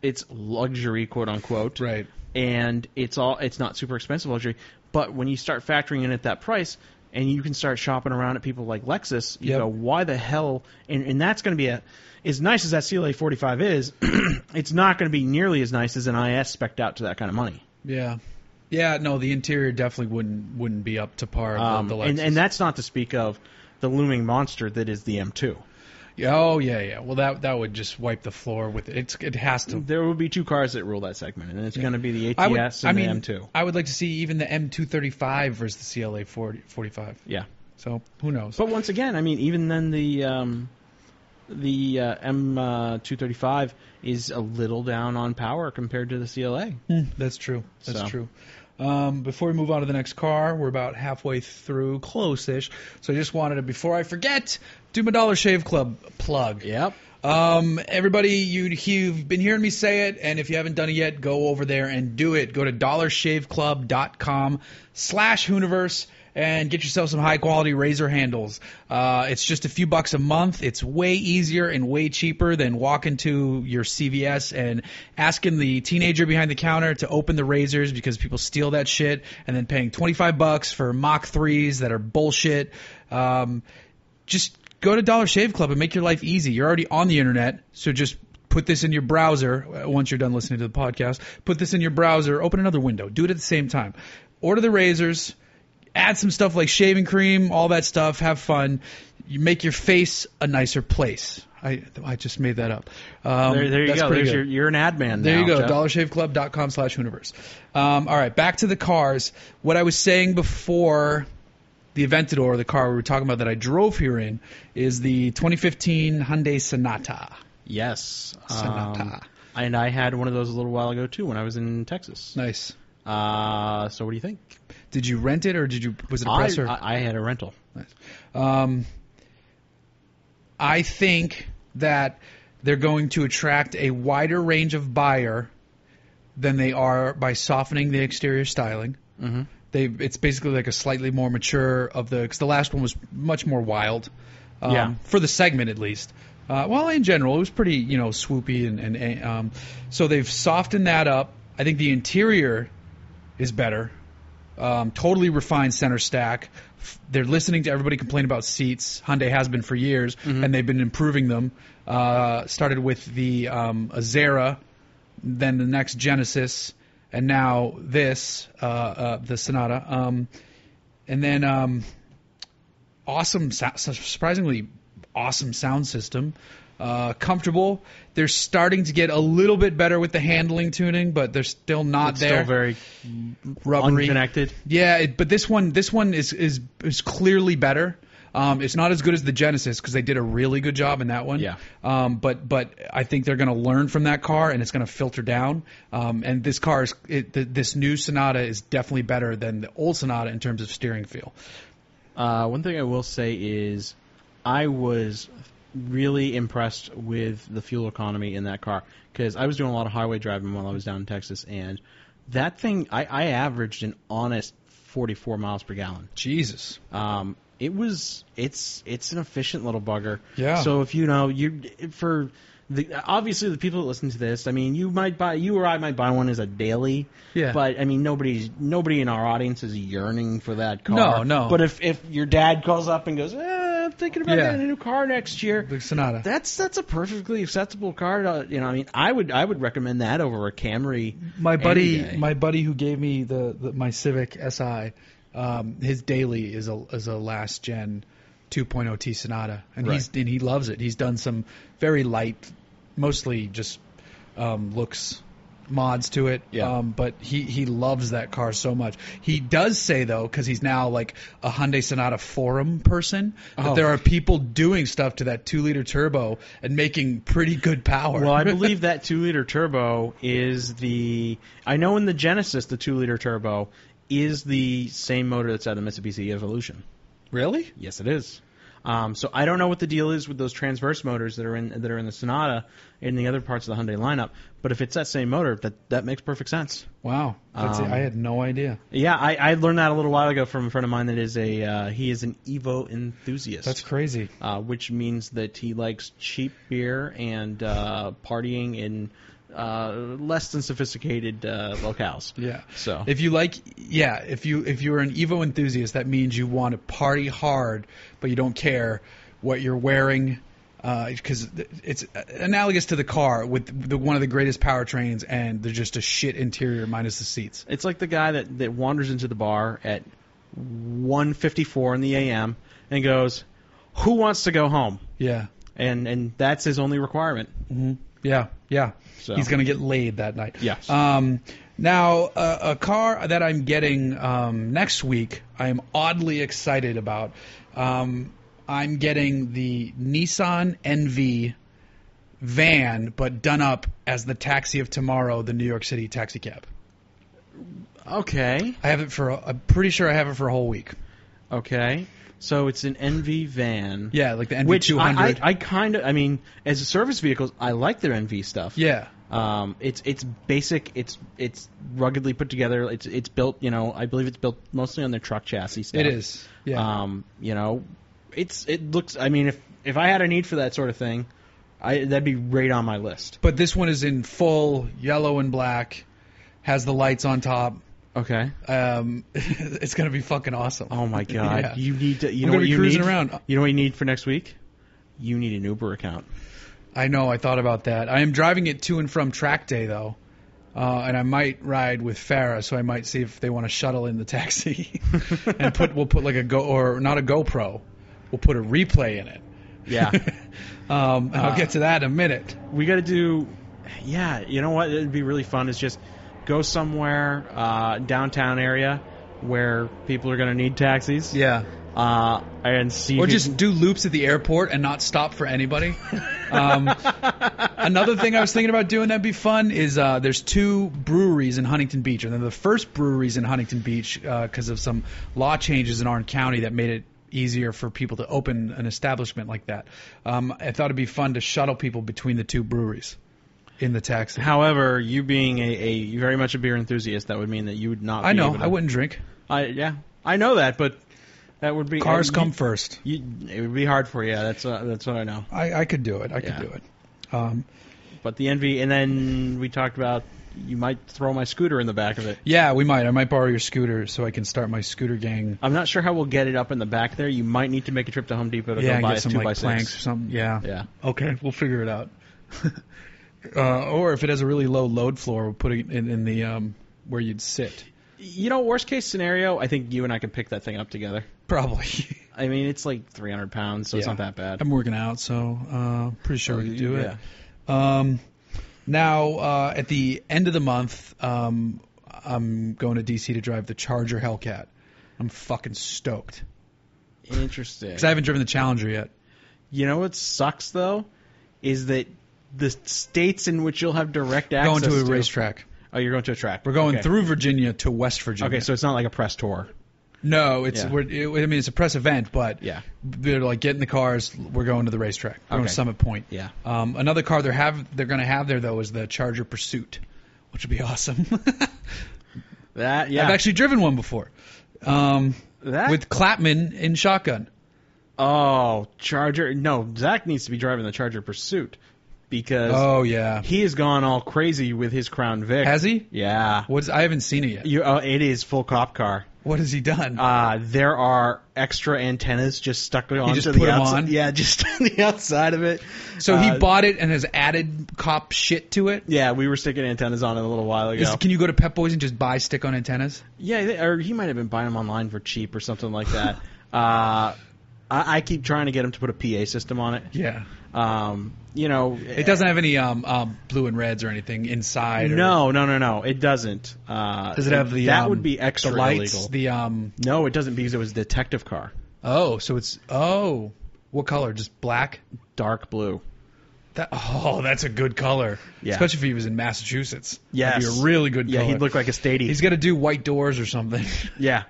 Speaker 2: it's luxury, quote unquote.
Speaker 1: Right.
Speaker 2: and it's all it's not super expensive luxury. But when you start factoring in at that price, and you can start shopping around at people like Lexus, you
Speaker 1: Yep.
Speaker 2: go, why the hell? And, and that's going to be a as nice as that CLA 45 is. <clears throat> it's not going to be nearly as nice as an IS spec'd out to that kind of money.
Speaker 1: Yeah. Yeah, no, the interior definitely wouldn't wouldn't be up to par. of
Speaker 2: Um,
Speaker 1: the, the
Speaker 2: and,
Speaker 1: Lexus.
Speaker 2: and that's not to speak of the looming monster that is the M2.
Speaker 1: Yeah, Oh yeah, yeah. Well, that that would just wipe the floor with it. It's, it has to.
Speaker 2: There will be two cars that rule that segment, and it's going to be the ATS
Speaker 1: I would.
Speaker 2: and
Speaker 1: I mean,
Speaker 2: the M2.
Speaker 1: I would like to see even the M235 versus the CLA 40, 45.
Speaker 2: Yeah.
Speaker 1: So who knows?
Speaker 2: But once again, I mean, even then, the um, the uh, M uh, two thirty five is a little down on power compared to the CLA.
Speaker 1: Mm, that's true. That's
Speaker 2: So.
Speaker 1: true. Um, before we move on to the next car, we're about halfway through, close-ish. So I just wanted to, before I forget, do my Dollar Shave Club plug.
Speaker 2: Yep.
Speaker 1: Um, everybody, you, you've been hearing me say it, and if you haven't done it yet, go over there and do it. Go to dollarshaveclub.com slash Hooniverse and get yourself some high-quality razor handles. Uh, it's just a few bucks a month. It's way easier and way cheaper than walking to your CVS and asking the teenager behind the counter to open the razors because people steal that shit, and then paying 25 bucks for Mach 3s that are bullshit. Um, just go to Dollar Shave Club and make your life easy. You're already on the internet, so just put this in your browser uh, once you're done listening to the podcast. Put this in your browser, open another window, do it at the same time. Order the razors, add some stuff like shaving cream, all that stuff, have fun. You make your face a nicer place. I I just made that up. Um,
Speaker 2: There, there you
Speaker 1: that's
Speaker 2: go.
Speaker 1: pretty
Speaker 2: There's
Speaker 1: good.
Speaker 2: your, you're an ad man.
Speaker 1: There
Speaker 2: now,
Speaker 1: you go.
Speaker 2: Jeff.
Speaker 1: DollarShaveClub.com slash Hooniverse. Um, all right, back to the cars. What I was saying before the Aventador, the car we were talking about that I drove here in, is the 2015 Hyundai Sonata.
Speaker 2: Yes.
Speaker 1: Sonata.
Speaker 2: Um, and I had one of those a little while ago too when I was in Texas.
Speaker 1: Nice.
Speaker 2: Uh, so what do you think?
Speaker 1: Did you rent it or did you was it a
Speaker 2: I,
Speaker 1: presser?
Speaker 2: I, I had a rental.
Speaker 1: Um, I think that they're going to attract a wider range of buyer than they are by softening the exterior styling.
Speaker 2: Mm-hmm.
Speaker 1: they it's basically like a slightly more mature of the because the last one was much more wild um,
Speaker 2: Yeah.
Speaker 1: for the segment at least uh, well in general it was pretty you know swoopy and, and um, so they've softened that up i think the interior is better um, totally refined center stack F- they're listening to everybody complain about seats hyundai has been for years
Speaker 2: Mm-hmm.
Speaker 1: and they've been improving them uh, started with the um, azera then the next Genesis, and now this, uh, uh, the Sonata, um, and then um, awesome, sou- su- surprisingly awesome sound system, uh, comfortable. They're starting to get a little bit better with the handling tuning, but they're still not
Speaker 2: It's
Speaker 1: there.
Speaker 2: still very
Speaker 1: Rubbery.
Speaker 2: unconnected.
Speaker 1: Yeah, it, but this one this one is is is clearly better. Um, it's not as good as the Genesis because they did a really good job in that one.
Speaker 2: Yeah.
Speaker 1: Um, but but I think they're going to learn from that car and it's going to filter down. Um, and this car is it, th this new Sonata is definitely better than the old Sonata in terms of steering feel.
Speaker 2: Uh, one thing I will say is, I was really impressed with the fuel economy in that car because I was doing a lot of highway driving while I was down in Texas, and that thing I, I averaged an honest 44 miles per gallon.
Speaker 1: Jesus.
Speaker 2: Um, it was it's it's an efficient little bugger.
Speaker 1: Yeah.
Speaker 2: So if you know you for the obviously the people that listen to this, I mean you might buy you or I might buy one as a daily.
Speaker 1: Yeah.
Speaker 2: But I mean nobody's nobody in our audience is yearning for that car.
Speaker 1: No, no.
Speaker 2: But if if your dad calls up and goes, eh, I'm thinking about
Speaker 1: Yeah.
Speaker 2: getting a new car next year.
Speaker 1: The Sonata.
Speaker 2: That's that's a perfectly acceptable car. To, you know, I mean, I would I would recommend that over a Camry.
Speaker 1: my buddy
Speaker 2: any day.
Speaker 1: my buddy who gave me the, the my Civic SI um, his daily is a is a last gen 2.0 T Sonata, and
Speaker 2: Right.
Speaker 1: he's and he loves it. He's done some very light, mostly just um, looks mods to it.
Speaker 2: Yeah.
Speaker 1: Um, but he he loves that car so much. He does say though, because he's now like a Hyundai Sonata forum person, that
Speaker 2: Oh.
Speaker 1: there are people doing stuff to that two liter turbo and making pretty good power. <laughs>
Speaker 2: Well, I believe that two liter turbo is the. I know in the Genesis, the two liter turbo is the same motor that's out of the Mitsubishi Evolution.
Speaker 1: really.
Speaker 2: Yes, it is. Um, so I don't know what the deal is with those transverse motors that are in that are in the Sonata and the other parts of the Hyundai lineup. But if it's that same motor, that that makes perfect sense.
Speaker 1: Wow, that's it.
Speaker 2: Um,
Speaker 1: I had no idea.
Speaker 2: Yeah, I, I learned that a little while ago from a friend of mine that is a uh, he is an Evo enthusiast.
Speaker 1: That's crazy.
Speaker 2: uh, which means that he likes cheap beer and uh, partying in uh, less than sophisticated uh, locales.
Speaker 1: Yeah.
Speaker 2: So
Speaker 1: If you like, yeah. If you if you're an Evo enthusiast, that means you want to party hard, but you don't care what you're wearing, because it's analogous to the car with the, one of the greatest powertrains, and they're just a shit interior minus the seats.
Speaker 2: it's like the guy that, that wanders into the bar at 1:54 in the a.m. and goes, "Who wants to go home?"
Speaker 1: Yeah.
Speaker 2: And and that's his only requirement.
Speaker 1: hmm Yeah. Yeah.
Speaker 2: So
Speaker 1: He's gonna get laid that night.
Speaker 2: Yes.
Speaker 1: Um, now, uh, a car that I'm getting um, next week, I am oddly excited about. Um, I'm getting the Nissan NV van, but done up as the taxi of tomorrow, the New York City taxi cab.
Speaker 2: okay.
Speaker 1: I have it for. A, I'm pretty sure I have it for a whole week.
Speaker 2: Okay. So it's an NV van.
Speaker 1: Yeah, like the NV
Speaker 2: Which
Speaker 1: 200.
Speaker 2: I, I, I kind of, I mean, as a service vehicle, I like their NV stuff.
Speaker 1: yeah.
Speaker 2: Um, it's it's basic. It's it's ruggedly put together. It's it's built. You know, I believe it's built mostly on their truck chassis. Stuff.
Speaker 1: It is. Yeah.
Speaker 2: Um, you know, it's it looks. I mean, if if I had a need for that sort of thing, I that'd be right on my list.
Speaker 1: but this one is in full yellow and black, has the lights on top.
Speaker 2: Okay.
Speaker 1: Um, <laughs> it's gonna be fucking awesome.
Speaker 2: Oh
Speaker 1: <laughs>
Speaker 2: my god.
Speaker 1: Yeah.
Speaker 2: You need to.
Speaker 1: I'm
Speaker 2: You know
Speaker 1: gonna
Speaker 2: what
Speaker 1: be
Speaker 2: you
Speaker 1: cruising
Speaker 2: need?
Speaker 1: around.
Speaker 2: You know what you need for next week? You need an Uber account.
Speaker 1: I know. I thought about that. I am driving it to and from track day though, uh, and I might ride with Farah, so I might see if they want to shuttle in the
Speaker 2: <laughs>
Speaker 1: taxi, and put we'll put like a go or not a GoPro, we'll put a replay in it. <laughs>
Speaker 2: Yeah. <laughs>
Speaker 1: Um, and I'll
Speaker 2: Uh,
Speaker 1: get to that in a minute.
Speaker 2: we got to do yeah you know what it'd be really fun is just go somewhere uh, downtown area where people are going to need taxis
Speaker 1: Yeah.
Speaker 2: uh, and see
Speaker 1: Or
Speaker 2: who-
Speaker 1: just do loops at the airport and not stop for anybody. <laughs> Um, another thing I was thinking about doing that'd be fun is uh, there's two breweries in Huntington Beach, and they're the first breweries in Huntington Beach because of some law changes in Orange County that made it easier for people to open an establishment like that. Um, I thought it'd be fun to shuttle people between the two breweries in the taxi.
Speaker 2: however you being a, a very much a beer enthusiast that would mean that you would not
Speaker 1: I
Speaker 2: be
Speaker 1: know
Speaker 2: able to-
Speaker 1: I wouldn't drink.
Speaker 2: I, yeah i know that but that would be
Speaker 1: Cars
Speaker 2: you-
Speaker 1: come first.
Speaker 2: you, it would be hard for you that's uh, that's what i know
Speaker 1: I, I could do it. I could
Speaker 2: Yeah.
Speaker 1: do it. Um,
Speaker 2: but the envy and then we talked about you might throw my scooter in the back of it
Speaker 1: yeah, we might. I might borrow your scooter so I can start my scooter gang
Speaker 2: I'm not sure how we'll get it up in the back there. You might need to make a trip to Home Depot to
Speaker 1: yeah,
Speaker 2: go
Speaker 1: and
Speaker 2: buy
Speaker 1: get
Speaker 2: a
Speaker 1: some
Speaker 2: two
Speaker 1: like
Speaker 2: by
Speaker 1: planks or
Speaker 2: six.
Speaker 1: something. Yeah.
Speaker 2: Yeah.
Speaker 1: Okay, we'll figure it out. <laughs> uh, or if it has a really low load floor, we'll put it in, in the um, where you'd sit. <laughs>
Speaker 2: You know, worst case scenario, I think you and I can pick that thing up together.
Speaker 1: Probably. <laughs>
Speaker 2: I mean, it's like 300 pounds, so it's
Speaker 1: Yeah.
Speaker 2: not that bad.
Speaker 1: I'm working out, so uh, pretty sure we could do
Speaker 2: Oh, yeah.
Speaker 1: it. Um, now uh, at the end of the month, um, I'm going to DC to drive the Charger Hellcat. I'm fucking stoked
Speaker 2: Interesting.
Speaker 1: because I haven't driven the Challenger yet.
Speaker 2: You know what sucks though, is that the states in which you'll have direct access
Speaker 1: Going to a
Speaker 2: to-
Speaker 1: racetrack.
Speaker 2: Oh, you're going to a track.
Speaker 1: We're going
Speaker 2: Okay.
Speaker 1: through Virginia to West Virginia.
Speaker 2: Okay, so it's not like a press tour.
Speaker 1: No, it's
Speaker 2: Yeah.
Speaker 1: we're, it, I mean it's a press event, but
Speaker 2: Yeah.
Speaker 1: they're like get in the cars. We're going to the racetrack. We're going
Speaker 2: Okay.
Speaker 1: to Summit Point.
Speaker 2: Yeah.
Speaker 1: Um, another car they're have they're going to have there though is the Charger Pursuit, which would be awesome. <laughs>
Speaker 2: That yeah.
Speaker 1: I've actually driven one before, um,
Speaker 2: that
Speaker 1: with Clapman in shotgun.
Speaker 2: oh Charger. No, Zach needs to be driving the Charger Pursuit because
Speaker 1: Oh yeah,
Speaker 2: he has gone all crazy with his Crown Vic.
Speaker 1: has he?
Speaker 2: Yeah.
Speaker 1: What's I haven't seen it yet.
Speaker 2: You, oh, it is full cop car.
Speaker 1: What has he done?
Speaker 2: Uh, there are extra antennas just stuck onto
Speaker 1: just
Speaker 2: the
Speaker 1: put 'em
Speaker 2: outside.
Speaker 1: on?
Speaker 2: Yeah, <laughs> just on the outside of it.
Speaker 1: so he
Speaker 2: uh,
Speaker 1: bought it and has added cop shit to it.
Speaker 2: Yeah, we were sticking antennas on it a little while ago.
Speaker 1: Is- can you go to Pep Boys and just buy stick on antennas? <laughs>
Speaker 2: yeah, they- or he might have been buying them online for cheap or something like that. uh, I, I keep trying to get them to put a PA system on it.
Speaker 1: Yeah.
Speaker 2: Um, you know,
Speaker 1: It doesn't have any um, um, blue and reds or anything inside. Or,
Speaker 2: eh, No, no, no, no. It doesn't. Uh,
Speaker 1: Does it have the
Speaker 2: That
Speaker 1: um,
Speaker 2: would be extra
Speaker 1: the lights?
Speaker 2: illegal.
Speaker 1: The um.
Speaker 2: no, it doesn't because it was a detective car,
Speaker 1: Oh, so it's oh, what color? Just black.
Speaker 2: dark blue.
Speaker 1: That, oh, that's a good color.
Speaker 2: Yeah.
Speaker 1: Especially if he was in Massachusetts.
Speaker 2: Yes.
Speaker 1: That'd be a really good
Speaker 2: Yeah,
Speaker 1: color.
Speaker 2: he'd look like a statey.
Speaker 1: He's got to do white doors or something. <laughs>
Speaker 2: yeah,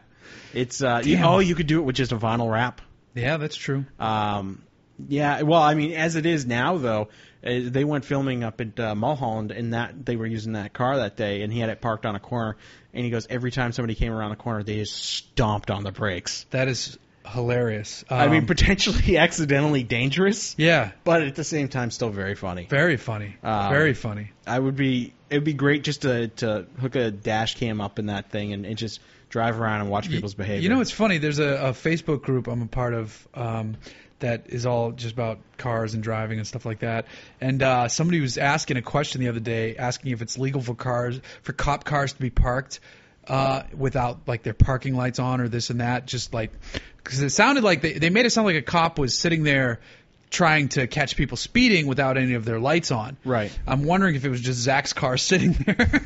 Speaker 2: it's uh, you,
Speaker 1: Damn.
Speaker 2: oh, you could do it with just a vinyl wrap.
Speaker 1: yeah, that's true.
Speaker 2: Um, yeah, well, I mean, as it is now, though, eh, they went filming up at uh, Mulholland, and that they were using that car that day, and he had it parked on a corner, and he goes, every time somebody came around the corner, they just stomped on the brakes.
Speaker 1: That is hilarious.
Speaker 2: I mean,
Speaker 1: Um,
Speaker 2: potentially <laughs> accidentally dangerous,
Speaker 1: yeah,
Speaker 2: but at the same time, still very funny.
Speaker 1: very funny.
Speaker 2: Um,
Speaker 1: very funny.
Speaker 2: I would be, it would be great just to to hook a dash cam up in that thing and, and just drive around and watch people's behavior. <laughs>
Speaker 1: You know, it's funny. There's a, a Facebook group I'm a part of um, that is all just about cars and driving and stuff like that. And uh, somebody was asking a question the other day, asking if it's legal for cars for cop cars to be parked uh, without like their parking lights on or this and that. Just like because it sounded like they they made it sound like a cop was sitting there. Trying to catch people speeding without any of their lights on.
Speaker 2: Right.
Speaker 1: I'm wondering if it was just Zach's car <laughs> sitting there.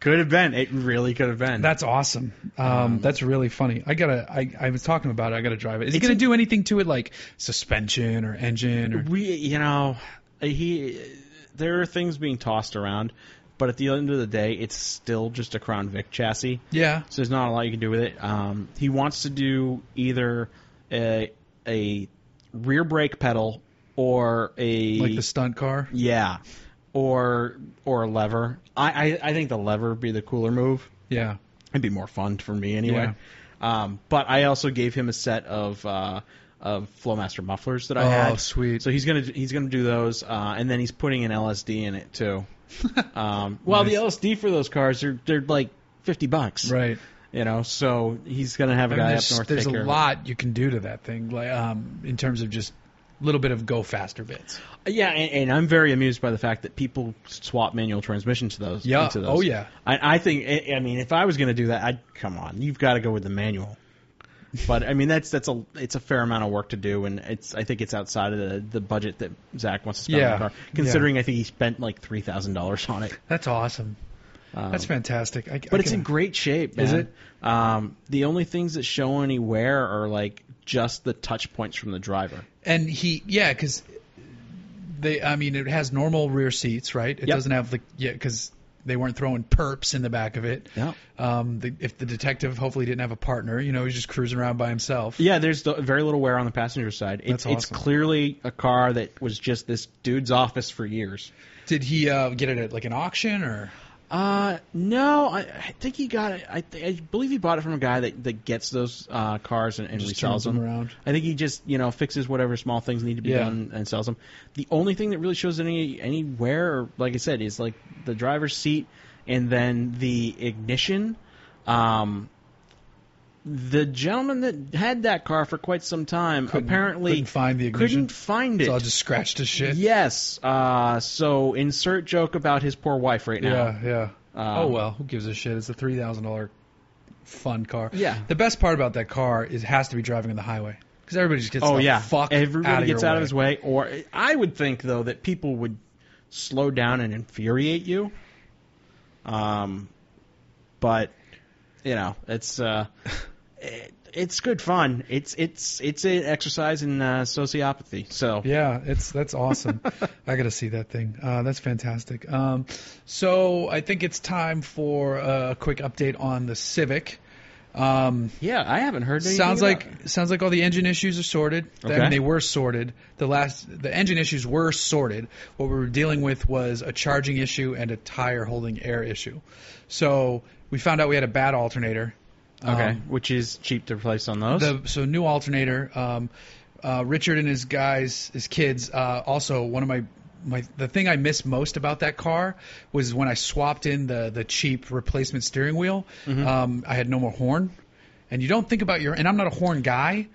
Speaker 2: could have been. It really could have been.
Speaker 1: That's awesome. Um, that's really funny. I gotta. I, I was talking about it. I gotta drive it. Is it
Speaker 2: It's
Speaker 1: gonna
Speaker 2: a-
Speaker 1: do anything to it, like suspension or engine? Or,
Speaker 2: we you know he there are things being tossed around but at the end of the day it's still just a crown vic chassis
Speaker 1: yeah.
Speaker 2: so there's not a lot you can do with it um, he wants to do either a, a rear brake pedal or a
Speaker 1: Like the stunt car.
Speaker 2: yeah or or a lever I, I i think the lever would be the cooler move
Speaker 1: Yeah.
Speaker 2: it'd be more fun for me anyway um, but i also gave him a set of uh of Flowmaster mufflers that I
Speaker 1: oh,
Speaker 2: had.
Speaker 1: sweet.
Speaker 2: So he's gonna he's gonna do those, uh, and then he's putting an LSD in it <laughs> too. Um, well, the LSD for those cars are they're like fifty bucks,
Speaker 1: right.
Speaker 2: You know, so he's gonna have
Speaker 1: I
Speaker 2: a
Speaker 1: mean,
Speaker 2: guy
Speaker 1: there's
Speaker 2: up north.
Speaker 1: there's
Speaker 2: take care
Speaker 1: a
Speaker 2: of
Speaker 1: lot you can do to that thing, like um, in terms of just a little bit of go faster bits.
Speaker 2: it. Yeah, and, and I'm very amused by the fact that people swap manual transmission to those.
Speaker 1: Yeah.
Speaker 2: into those.
Speaker 1: Oh yeah.
Speaker 2: I, I think I- I mean if I was gonna do that, I'd come on. You've got to go with
Speaker 1: <laughs>
Speaker 2: the manual. But I mean that's that's a it's a fair amount of work to do, and it's I think it's outside of the, the budget that Zach wants to spend on
Speaker 1: Yeah.
Speaker 2: the car.
Speaker 1: Yeah.
Speaker 2: Considering I think he spent like three thousand dollars on it.
Speaker 1: That's awesome.
Speaker 2: Um,
Speaker 1: That's fantastic. I,
Speaker 2: But it's in great shape, man.
Speaker 1: Is it?
Speaker 2: Um, the only things that show any wear are like just the touch points from the driver.
Speaker 1: and he yeah because they i mean it has normal rear seats right it
Speaker 2: Yep.
Speaker 1: doesn't have the yeah because they weren't throwing perps in the back of it
Speaker 2: Yeah.
Speaker 1: um the, if the detective hopefully didn't have a partner you know he's just cruising around by himself
Speaker 2: Yeah, there's the, very little wear on the passenger side. It's,
Speaker 1: That's
Speaker 2: it's
Speaker 1: awesome.
Speaker 2: clearly a car that was just this dude's office for years.
Speaker 1: did he uh get it at like an auction or
Speaker 2: Uh, no, I, I think he got it. I, th- I believe he bought it from a guy that, that gets those uh, cars and, and
Speaker 1: just
Speaker 2: resells
Speaker 1: turns them
Speaker 2: them.
Speaker 1: around
Speaker 2: I think he just you know fixes whatever small things need to be
Speaker 1: Yeah.
Speaker 2: done and sells them. The only thing that really shows any any wear, or, like I said, is like the driver's seat and then the ignition. Um, the gentleman that had that car for quite some time
Speaker 1: Couldn't-
Speaker 2: apparently
Speaker 1: couldn't find the ignition?
Speaker 2: couldn't find it.
Speaker 1: so i'll just scratch the shit
Speaker 2: yes. Uh, so insert joke about his poor wife right now.
Speaker 1: yeah, yeah.
Speaker 2: Um,
Speaker 1: oh well who gives a shit it's a three thousand dollar fun car
Speaker 2: Yeah.
Speaker 1: the best part about that car is it has to be driving on the highway because everybody just gets
Speaker 2: Oh
Speaker 1: the
Speaker 2: yeah.
Speaker 1: fuck
Speaker 2: Everybody
Speaker 1: out of
Speaker 2: gets
Speaker 1: your
Speaker 2: out
Speaker 1: way.
Speaker 2: of his way. Or I would think though that people would slow down and infuriate you. Um, but you know, it's uh, it, it's good fun. It's it's it's an exercise in uh, sociopathy. So
Speaker 1: Yeah, it's that's
Speaker 2: <laughs>
Speaker 1: awesome. I gotta see that thing. Uh, that's fantastic. Um, so I think it's time for a quick update on the Civic. Um,
Speaker 2: yeah, I haven't heard. Anything
Speaker 1: sounds
Speaker 2: about
Speaker 1: like
Speaker 2: it.
Speaker 1: sounds like all the engine issues are sorted. I mean,
Speaker 2: Okay.
Speaker 1: they were sorted. The last the engine issues were sorted. What we were dealing with was a charging issue and a tire holding air issue. So we found out we had a bad alternator.
Speaker 2: okay,
Speaker 1: Um,
Speaker 2: which is cheap to replace on those.
Speaker 1: the so new alternator. Um, uh, Richard and his guys, his kids. Uh, also, one of my my the thing I miss most about that car was when I swapped in the the cheap replacement steering wheel.
Speaker 2: Mm-hmm.
Speaker 1: Um, I had no more horn, and you don't think about your. And I'm not a horn guy,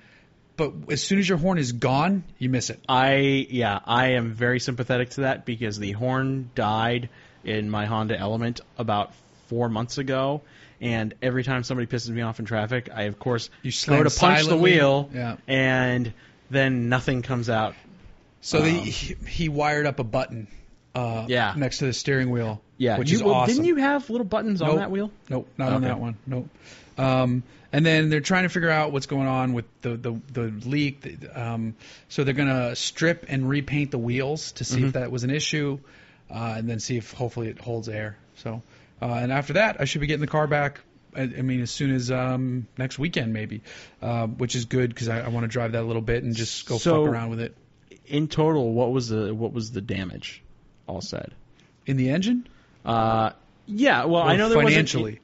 Speaker 1: but as soon as your horn is gone, you miss it.
Speaker 2: I yeah, I am very sympathetic to that because the horn died in my Honda Element about four months ago, And every time somebody pisses me off in traffic, I of course
Speaker 1: You
Speaker 2: go
Speaker 1: slam
Speaker 2: to punch the
Speaker 1: silently.
Speaker 2: wheel,
Speaker 1: Yeah.
Speaker 2: and then nothing comes out.
Speaker 1: So they,
Speaker 2: Um,
Speaker 1: he, he wired up a button uh,
Speaker 2: Yeah.
Speaker 1: next to the steering wheel.
Speaker 2: Yeah,
Speaker 1: which
Speaker 2: you,
Speaker 1: is
Speaker 2: well,
Speaker 1: awesome.
Speaker 2: Didn't you have little buttons on
Speaker 1: Nope.
Speaker 2: that wheel?
Speaker 1: Nope, not on
Speaker 2: Okay.
Speaker 1: that one. Nope. Um, and then they're trying to figure out what's going on with the the, the leak. The- Um, so they're gonna strip and repaint the wheels to see
Speaker 2: Mm-hmm.
Speaker 1: if that was an issue, uh, and then see if hopefully it holds air. So, uh, and after that, I should be getting the car back. I, I mean, as soon as um, next weekend maybe, uh, which is good because I, I want to drive that a little bit and just go
Speaker 2: So-
Speaker 1: fuck around with it
Speaker 2: In total, what was the what was the damage? All said.
Speaker 1: in the engine.
Speaker 2: Uh, yeah. Well, I
Speaker 1: Or
Speaker 2: know there
Speaker 1: financially.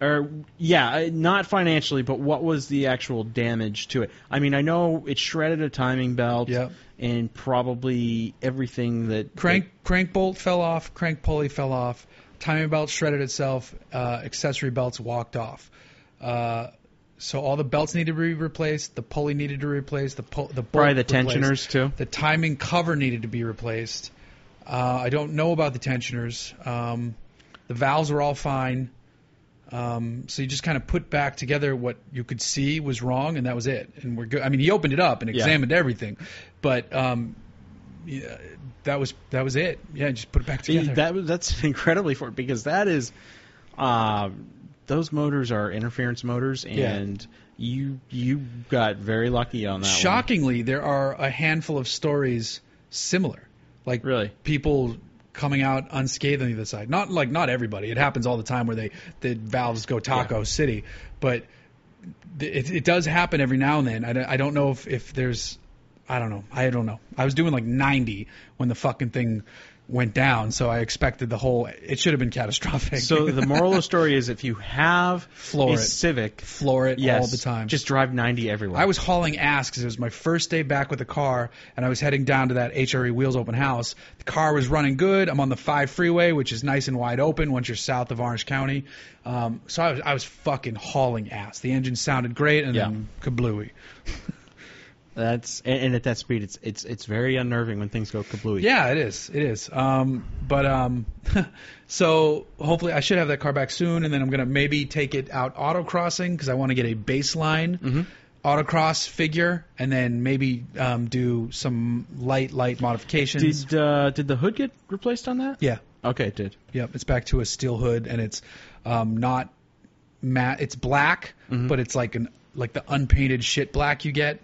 Speaker 2: wasn't. Or yeah, uh, not financially, but what was the actual damage to it? I mean, I know it shredded a timing belt
Speaker 1: Yep.
Speaker 2: and probably everything that
Speaker 1: crank crank bolt fell off, crank pulley fell off, timing belt shredded itself, uh, accessory belts walked off. Uh, so all the belts needed to be replaced, the pulley needed to be replaced, the pull, the bolt
Speaker 2: Probably the
Speaker 1: replaced,
Speaker 2: tensioners, too.
Speaker 1: the timing cover needed to be replaced. Uh, I don't know about the tensioners. Um, the valves were all fine. Um, so you just kind of put back together what you could see was wrong, and that was it. And we're good. I mean, he opened it up and
Speaker 2: Yeah.
Speaker 1: examined everything, but um, yeah, that was that was it. Yeah, just put it back
Speaker 2: See,
Speaker 1: together.
Speaker 2: that was- that's <laughs> incredibly for because that is, uh, those motors are interference motors,
Speaker 1: Yeah.
Speaker 2: and you you got very lucky on that. one.
Speaker 1: Shockingly, there are a handful of stories similar, like
Speaker 2: Really?
Speaker 1: people coming out unscathed on the other side. Not like not everybody. It happens all the time where they the valves go Taco City, but th- it, it does happen every now and then. I, don't- I don't know if if there's I don't know. I don't know. I was doing like 90 when the fucking thing went down, so I expected the whole. It should have been catastrophic.
Speaker 2: So
Speaker 1: <laughs>
Speaker 2: the moral of the story is if you have
Speaker 1: Floor
Speaker 2: a
Speaker 1: it.
Speaker 2: Civic,
Speaker 1: floor it
Speaker 2: yes,
Speaker 1: all the time.
Speaker 2: Just drive 90 everywhere.
Speaker 1: I was hauling ass because it was my first day back with the car, and I was heading down to that HRE Wheels open house. The car was running good. I'm on the five freeway, which is nice and wide open once you're south of Orange County. Um, so I was, I was fucking hauling ass. The engine sounded great, and then kablooey.
Speaker 2: That's and, and at that speed, it's it's it's very unnerving when things go kablooey.
Speaker 1: Yeah, it is. It is. Um, but um, <laughs> so hopefully I should have that car back soon, and then I'm gonna maybe take it out autocrossing because I want to get a baseline
Speaker 2: Mm-hmm.
Speaker 1: autocross figure, and then maybe um, do some light light modifications.
Speaker 2: Did uh, did the hood get replaced on that?
Speaker 1: yeah,
Speaker 2: Okay, it did.
Speaker 1: yep. It's back to a steel hood, and it's um, not matte. It's black,
Speaker 2: Mm-hmm.
Speaker 1: but it's like an like the unpainted shit black you get.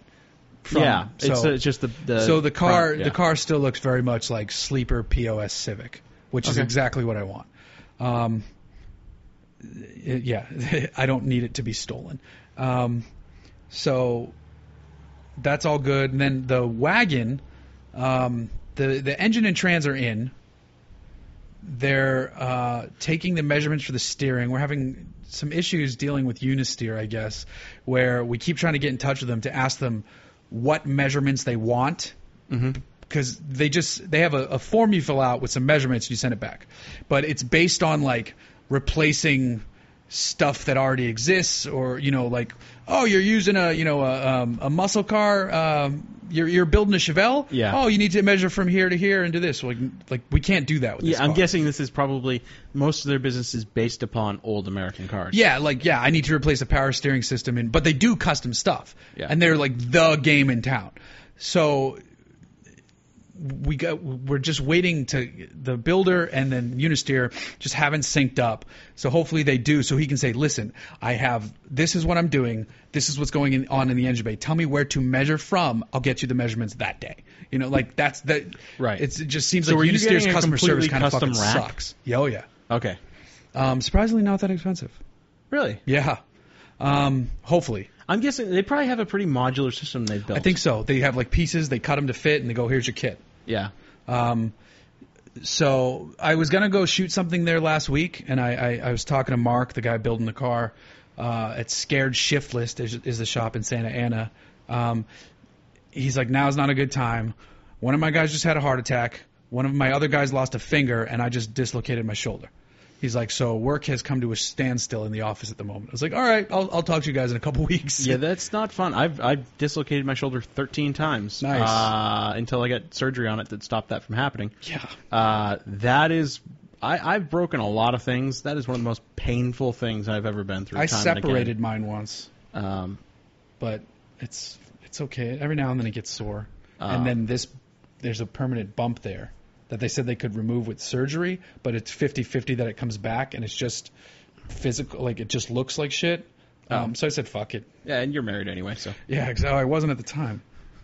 Speaker 1: From,
Speaker 2: yeah. it's
Speaker 1: so-
Speaker 2: uh, just the, the
Speaker 1: so the car
Speaker 2: front, yeah.
Speaker 1: the car still looks very much like sleeper POS Civic, which is
Speaker 2: Okay.
Speaker 1: exactly what I want. Um, it- yeah, <laughs> I don't need it to be stolen. Um, so that's all good. And then the wagon, um, the the engine and trans are in. They're uh, taking the measurements for the steering. We're having some issues dealing with Unisteer, I guess, where we keep trying to get in touch with them to ask them what measurements they want
Speaker 2: Mm-hmm.
Speaker 1: because they just they have a, a form you fill out with some measurements and you send it back but it's based on like replacing stuff that already exists or you know like oh you're using a you know a, um, a muscle car um, you're, you're building a chevelle
Speaker 2: Yeah.
Speaker 1: oh you need to measure from here to here and do this like like we can't do that with this
Speaker 2: Yeah, I'm
Speaker 1: car.
Speaker 2: guessing this is probably most of their business is based upon old American cars.
Speaker 1: Yeah, like yeah, I need to replace a power steering system, and but they do custom stuff,
Speaker 2: Yeah.
Speaker 1: and they're like the game in town. So we got we're just waiting to the builder and then Unisteer just haven't synced up. So hopefully they do, so he can say, listen, I have this is what I'm doing, this is what's going in, on in the engine bay. Tell me where to measure from. I'll get you the measurements that day. You know, like that's that.
Speaker 2: Right.
Speaker 1: It's, it just seems
Speaker 2: So were
Speaker 1: like
Speaker 2: you
Speaker 1: Unisteer's
Speaker 2: getting a
Speaker 1: customer service
Speaker 2: completely
Speaker 1: kind of
Speaker 2: custom
Speaker 1: fucking
Speaker 2: rack?
Speaker 1: sucks. Yeah, oh yeah.
Speaker 2: Okay.
Speaker 1: Um, surprisingly not that expensive.
Speaker 2: Really?
Speaker 1: Yeah. Um, hopefully.
Speaker 2: I'm guessing they probably have a pretty modular system they've built.
Speaker 1: I think so. They have like pieces, they cut them to fit, and they go, here's your kit.
Speaker 2: Yeah.
Speaker 1: Um, so I was gonna go shoot something there last week, and I, I, I was talking to Mark, the guy building the car, uh, at Scared Shift List is, is the shop in Santa Ana. Um, he's like, now's not a good time. One of my guys just had a heart attack. One of my other guys lost a finger, and I just dislocated my shoulder. He's like, so work has come to a standstill in the office at the moment. I was like, all right, I'll, I'll talk to you guys in a couple <laughs> weeks.
Speaker 2: Yeah, that's not fun. I've I've dislocated my shoulder 13 times.
Speaker 1: Nice.
Speaker 2: Uh, until I got surgery on it that stopped that from happening.
Speaker 1: yeah.
Speaker 2: Uh, that is I, I've broken a lot of things. That is one of the most painful things I've ever been through.
Speaker 1: I
Speaker 2: time and again.
Speaker 1: separated mine once,
Speaker 2: Um,
Speaker 1: but it's it's okay. Every now and then it gets sore,
Speaker 2: Uh.
Speaker 1: and then this there's a permanent bump there that they said they could remove with surgery, but it's 50-50 that it comes back, and it's just physical. Like it just looks like shit.
Speaker 2: Oh.
Speaker 1: Um, so I said, fuck it.
Speaker 2: yeah, and you're married anyway, so
Speaker 1: Yeah, because I wasn't at the time.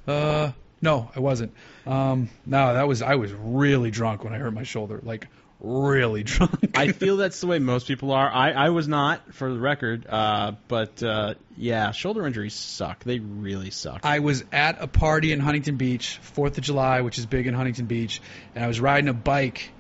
Speaker 1: Uh, no, I wasn't. Um, no, that was I was really drunk when I hurt my shoulder, like really <laughs> drunk.
Speaker 2: I feel that's the way most people are. I, I was not, for the record, uh, but uh, yeah, shoulder injuries suck. They really suck.
Speaker 1: I was at a party in Huntington Beach, Fourth of July, which is big in Huntington Beach, and I was riding a bike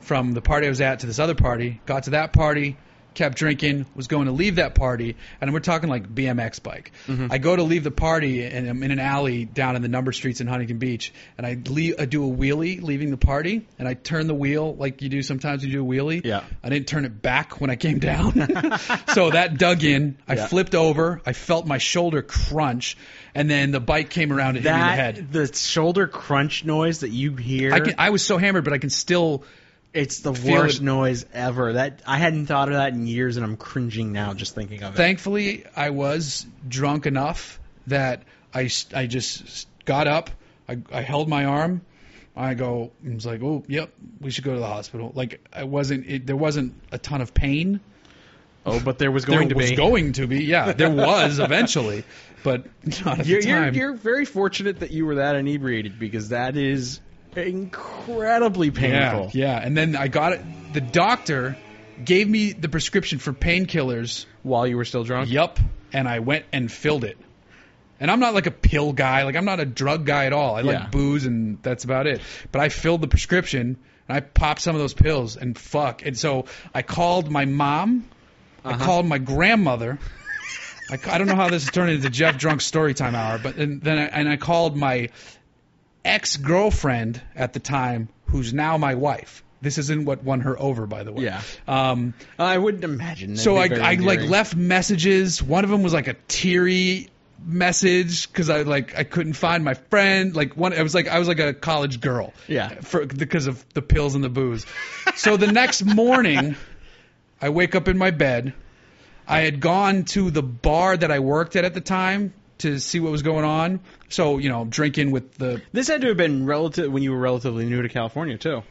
Speaker 1: from the party I was at to this other party. Got to that party, kept drinking, was going to leave that party, and we're talking like BMX bike.
Speaker 2: Mm-hmm.
Speaker 1: I go to leave the party, and I'm in an alley down in the number streets in Huntington Beach, and I, leave, I do a wheelie leaving the party, and I turn the wheel like you do sometimes when you do a wheelie.
Speaker 2: Yeah.
Speaker 1: I didn't turn it back when I came down. <laughs> so that dug in. I
Speaker 2: Yeah.
Speaker 1: flipped over. I felt my shoulder crunch, and then the bike came around and hit me in
Speaker 2: that the shoulder crunch noise that you hear,
Speaker 1: the head. I, can, I was so hammered, but I can still.
Speaker 2: it's the
Speaker 1: feel
Speaker 2: worst
Speaker 1: it.
Speaker 2: noise ever. That I hadn't thought of that in years, and I'm cringing now just thinking of it.
Speaker 1: Thankfully, I was drunk enough that I, s- I just got up. I, I held my arm. I go. I was like, oh, yep, we should go to the hospital. Like I wasn't. It, there wasn't a ton of pain.
Speaker 2: oh, but there was going
Speaker 1: there
Speaker 2: to
Speaker 1: was
Speaker 2: be.
Speaker 1: going to be. Yeah, there
Speaker 2: <laughs>
Speaker 1: was eventually, but not at
Speaker 2: you're,
Speaker 1: the
Speaker 2: you're,
Speaker 1: time.
Speaker 2: you're very fortunate that you were that inebriated because that is incredibly painful.
Speaker 1: Yeah, yeah. And then I got it. The doctor gave me the prescription for painkillers.
Speaker 2: While you were still drunk.
Speaker 1: Yup. And I went and filled it. And I'm not like a pill guy. Like I'm not a drug guy at all. I
Speaker 2: Yeah.
Speaker 1: like booze and that's about it. But I filled the prescription and I popped some of those pills and fuck. And so I called my mom.
Speaker 2: Uh-huh.
Speaker 1: I called my grandmother. I, I don't know how this is turning into Jeff Drunk story time hour, but and, then I, and I called my ex girlfriend at the time, who's now my wife. This isn't what won her over, by the way.
Speaker 2: Yeah.
Speaker 1: Um,
Speaker 2: I wouldn't imagine. That'd
Speaker 1: so
Speaker 2: be
Speaker 1: I,
Speaker 2: very
Speaker 1: I like
Speaker 2: endearing.
Speaker 1: left messages. One of them was like a teary message because I like I couldn't find my friend. Like one, I was like I was like a college girl.
Speaker 2: Yeah.
Speaker 1: For because of the pills and the booze. so the next morning, I wake up in my bed. I had gone to the bar that I worked at at the time to see what was going on. So you know, drinking with the
Speaker 2: This had to have been relative when you were relatively new to California too.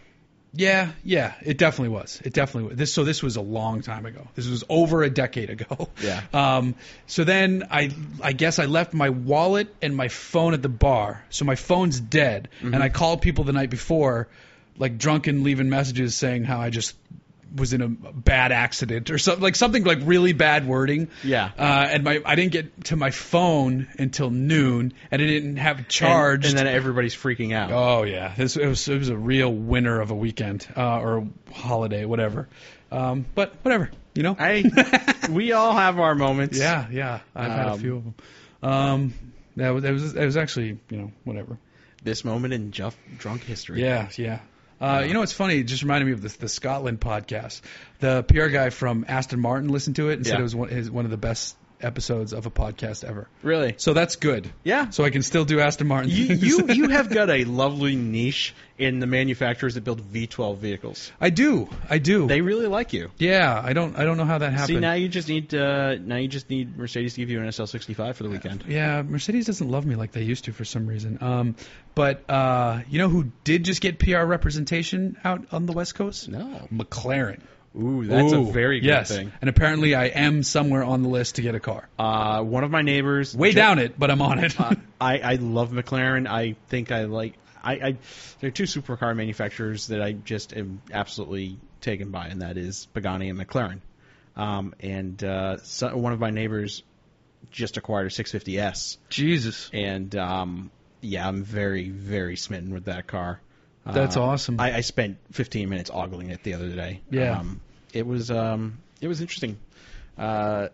Speaker 1: Yeah, yeah, it definitely was. It definitely was. This so this was a long time ago. This was over a decade ago.
Speaker 2: <laughs> Yeah.
Speaker 1: Um so then I I guess I left my wallet and my phone at the bar. So my phone's dead
Speaker 2: Mm-hmm.
Speaker 1: and I called people the night before like drunken leaving messages saying how I just was in a bad accident or something like something like really bad wording.
Speaker 2: Yeah.
Speaker 1: Uh, and my I didn't get to my phone until noon and it didn't have charged.
Speaker 2: and, and then everybody's freaking out.
Speaker 1: Oh yeah, this it was it was a real winner of a weekend uh, or a holiday, whatever. Um, but whatever, you know. <laughs>
Speaker 2: I, we all have our moments.
Speaker 1: yeah, yeah, I've had a
Speaker 2: Um,
Speaker 1: few of them. Um, that was it was it was actually you know whatever.
Speaker 2: This moment in Jeff drunk history.
Speaker 1: Yeah, yeah. Uh, you know, it's funny. It just reminded me of this, the Scotland podcast. The PR guy from Aston Martin listened to it and said
Speaker 2: Yeah.
Speaker 1: it was one, his, one of the best episodes of a podcast ever.
Speaker 2: Really.
Speaker 1: So that's good.
Speaker 2: Yeah.
Speaker 1: So I can still do Aston Martin.
Speaker 2: You,
Speaker 1: things.
Speaker 2: you you have got a lovely niche in the manufacturers that build
Speaker 1: <laughs>
Speaker 2: V12 vehicles.
Speaker 1: <laughs> I do. I do.
Speaker 2: They really like you.
Speaker 1: yeah. I don't. I don't know how that happened.
Speaker 2: See now you just need uh, now you just need Mercedes to give you an SL65 for the weekend.
Speaker 1: Yeah, Mercedes doesn't love me like they used to for some reason. Um, but uh, you know who did just get PR representation out on the West Coast?
Speaker 2: No.
Speaker 1: McLaren.
Speaker 2: Ooh, that's
Speaker 1: Ooh,
Speaker 2: a very good
Speaker 1: yes.
Speaker 2: thing.
Speaker 1: And apparently, I am somewhere on the list to get a car.
Speaker 2: Uh, one of my neighbors
Speaker 1: Way
Speaker 2: Jeff-
Speaker 1: down it, but I'm on
Speaker 2: <laughs>
Speaker 1: it.
Speaker 2: I, I love McLaren. I think I like. I, I there are two supercar manufacturers that I just am absolutely taken by, and that is Pagani and McLaren. Um, and uh, so, one of my neighbors just acquired a 650s,
Speaker 1: Jesus,
Speaker 2: and um, yeah, I'm very very smitten with that car. Uh,
Speaker 1: That's awesome.
Speaker 2: Ah. I, I spent 15 minutes ogling it the other day.
Speaker 1: Yeah.
Speaker 2: um, it was um, it was interesting. Uh,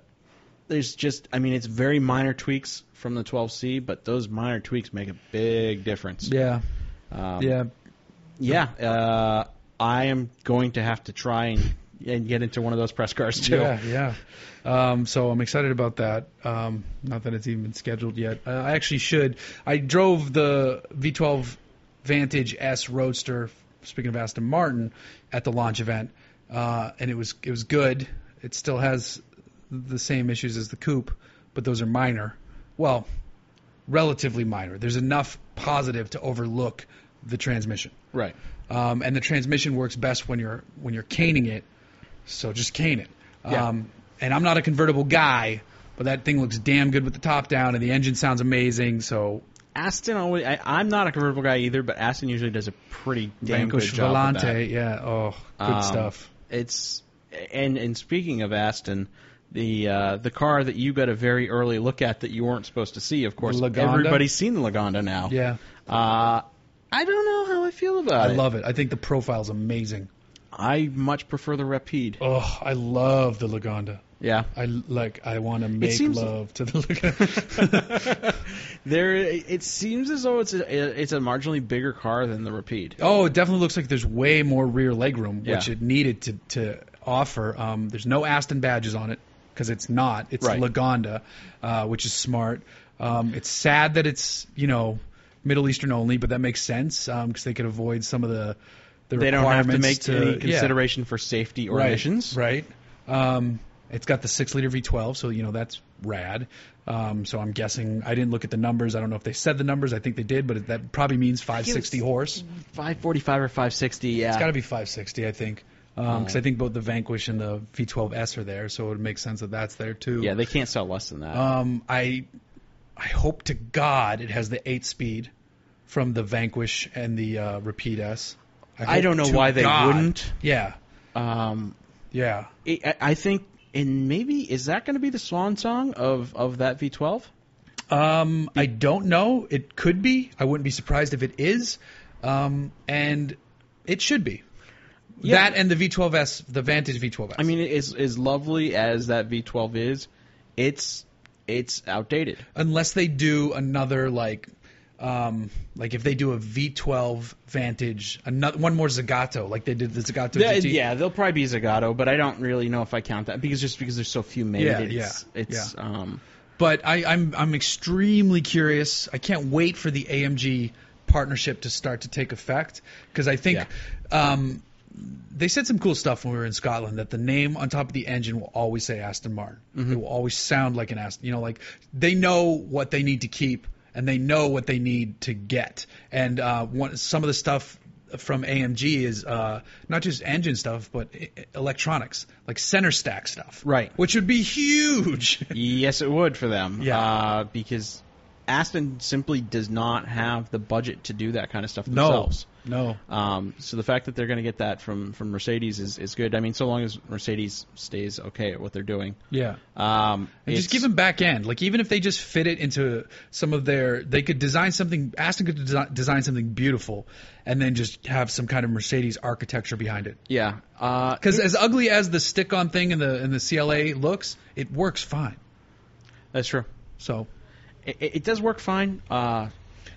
Speaker 2: there's just I mean it's very minor tweaks from the 12C, but those minor tweaks make a big difference.
Speaker 1: yeah,
Speaker 2: um,
Speaker 1: yeah.
Speaker 2: yeah. Uh, I am going to have to try and and get into one of those press cars <laughs> too.
Speaker 1: Yeah, yeah. Um, so I'm excited about that. Um, not that it's even been scheduled yet. Uh, I actually should. I drove the V12 Vantage S Roadster Speaking of Aston Martin, at the launch event, uh, and it was it was good. It still has the same issues as the coupe, but those are minor. Well, relatively minor. There's enough positive to overlook the transmission,
Speaker 2: Right.
Speaker 1: um, and the transmission works best when you're when you're caning it. So just cane it.
Speaker 2: Yeah.
Speaker 1: Um, and I'm not a convertible guy, but that thing looks damn good with the top down, and the engine sounds amazing. So
Speaker 2: Aston always. I, I'm not a convertible guy either, but Aston usually does a pretty damn
Speaker 1: Banco
Speaker 2: good job. with that.
Speaker 1: Volante, yeah, oh, good
Speaker 2: Um,
Speaker 1: stuff.
Speaker 2: It's and and speaking of Aston, the uh, the car that you got a very early look at that you weren't supposed to see. Of course,
Speaker 1: Lagonda?
Speaker 2: everybody's seen the Lagonda now.
Speaker 1: Yeah,
Speaker 2: Uh, I don't know how I feel about
Speaker 1: I
Speaker 2: it.
Speaker 1: love it. I think the profile's amazing.
Speaker 2: I much prefer the Rapide.
Speaker 1: Oh, I love the Lagonda.
Speaker 2: Yeah.
Speaker 1: I like. I want to make
Speaker 2: seems-
Speaker 1: love to the Lagonda.
Speaker 2: there, it seems as though it's a, it's a marginally bigger car than the Rapide.
Speaker 1: oh, it definitely looks like there's way more rear legroom, which
Speaker 2: Yeah.
Speaker 1: it needed to to offer. Um, there's no Aston badges on it because it's not. It's
Speaker 2: Right.
Speaker 1: Lagonda, uh, which is smart. Um, it's sad that it's you know Middle Eastern only, but that makes sense because they could avoid some of the the
Speaker 2: They don't have to
Speaker 1: requirements
Speaker 2: make any
Speaker 1: yeah.
Speaker 2: consideration for safety or
Speaker 1: right,
Speaker 2: emissions.
Speaker 1: Right. Um, it's got the six liter V12, so you know that's rad. Um, so I'm guessing I didn't look at the numbers. I don't know if they said the numbers. I think they did, but it, that probably means 560 horse.
Speaker 2: 545 or 560. Yeah. Oh.
Speaker 1: It's got to be 560, I think, because I think both the Vanquish and the V12S are there, so it would make sense that that's there too.
Speaker 2: yeah, they can't sell less than that.
Speaker 1: Um, I I hope to God it has the eight speed from the Vanquish and the uh, Repeat S.
Speaker 2: I
Speaker 1: hope
Speaker 2: don't know
Speaker 1: to
Speaker 2: why they
Speaker 1: God.
Speaker 2: wouldn't.
Speaker 1: Yeah.
Speaker 2: Um,
Speaker 1: Yeah.
Speaker 2: it, I- I think, and maybe is that going to be the swan song of of that V12?
Speaker 1: Um, I don't know. It could be. I wouldn't be surprised if it is. Um, and it should be.
Speaker 2: Yeah.
Speaker 1: That and the V12S, the Vantage V12S.
Speaker 2: I mean, as as lovely as that V12 is, it's it's outdated.
Speaker 1: unless they do another like, um, like if they do a V12 Vantage, another one more Zagato, like they did the Zagato
Speaker 2: Yeah,
Speaker 1: GT.
Speaker 2: yeah, they'll probably be Zagato, but I don't really know if I count that because just because there's so few made,
Speaker 1: Yeah,
Speaker 2: it's
Speaker 1: yeah,
Speaker 2: it's
Speaker 1: yeah.
Speaker 2: um
Speaker 1: But I, I'm I'm extremely curious. I can't wait for the AMG partnership to start to take effect because I think um, they said some cool stuff when we were in Scotland that the name on top of the engine will always say Aston Martin. It will always sound like an Aston. You know, like they know what they need to keep and they know what they need to get. And uh, one, some of the stuff from AMG is uh, not just engine stuff, but e- electronics, like center stack stuff.
Speaker 2: Right.
Speaker 1: Which would be huge.
Speaker 2: yes, it would for them.
Speaker 1: Yeah.
Speaker 2: uh, because Aston simply does not have the budget to do that kind of stuff
Speaker 1: No.
Speaker 2: themselves.
Speaker 1: No.
Speaker 2: Um, so the fact that they're going to get that from from Mercedes is, is good. I mean, so long as Mercedes stays okay at what they're doing.
Speaker 1: Yeah.
Speaker 2: Um,
Speaker 1: And just
Speaker 2: it's-
Speaker 1: give them back end. Like even if they just fit it into some of their, they could design something. Aston could desi design something beautiful, and then just have some kind of Mercedes architecture behind it.
Speaker 2: yeah. Uh,
Speaker 1: Because as ugly as the stick-on thing and the and the CLA looks, it works fine.
Speaker 2: that's true.
Speaker 1: So
Speaker 2: It, it it does work fine. Uh,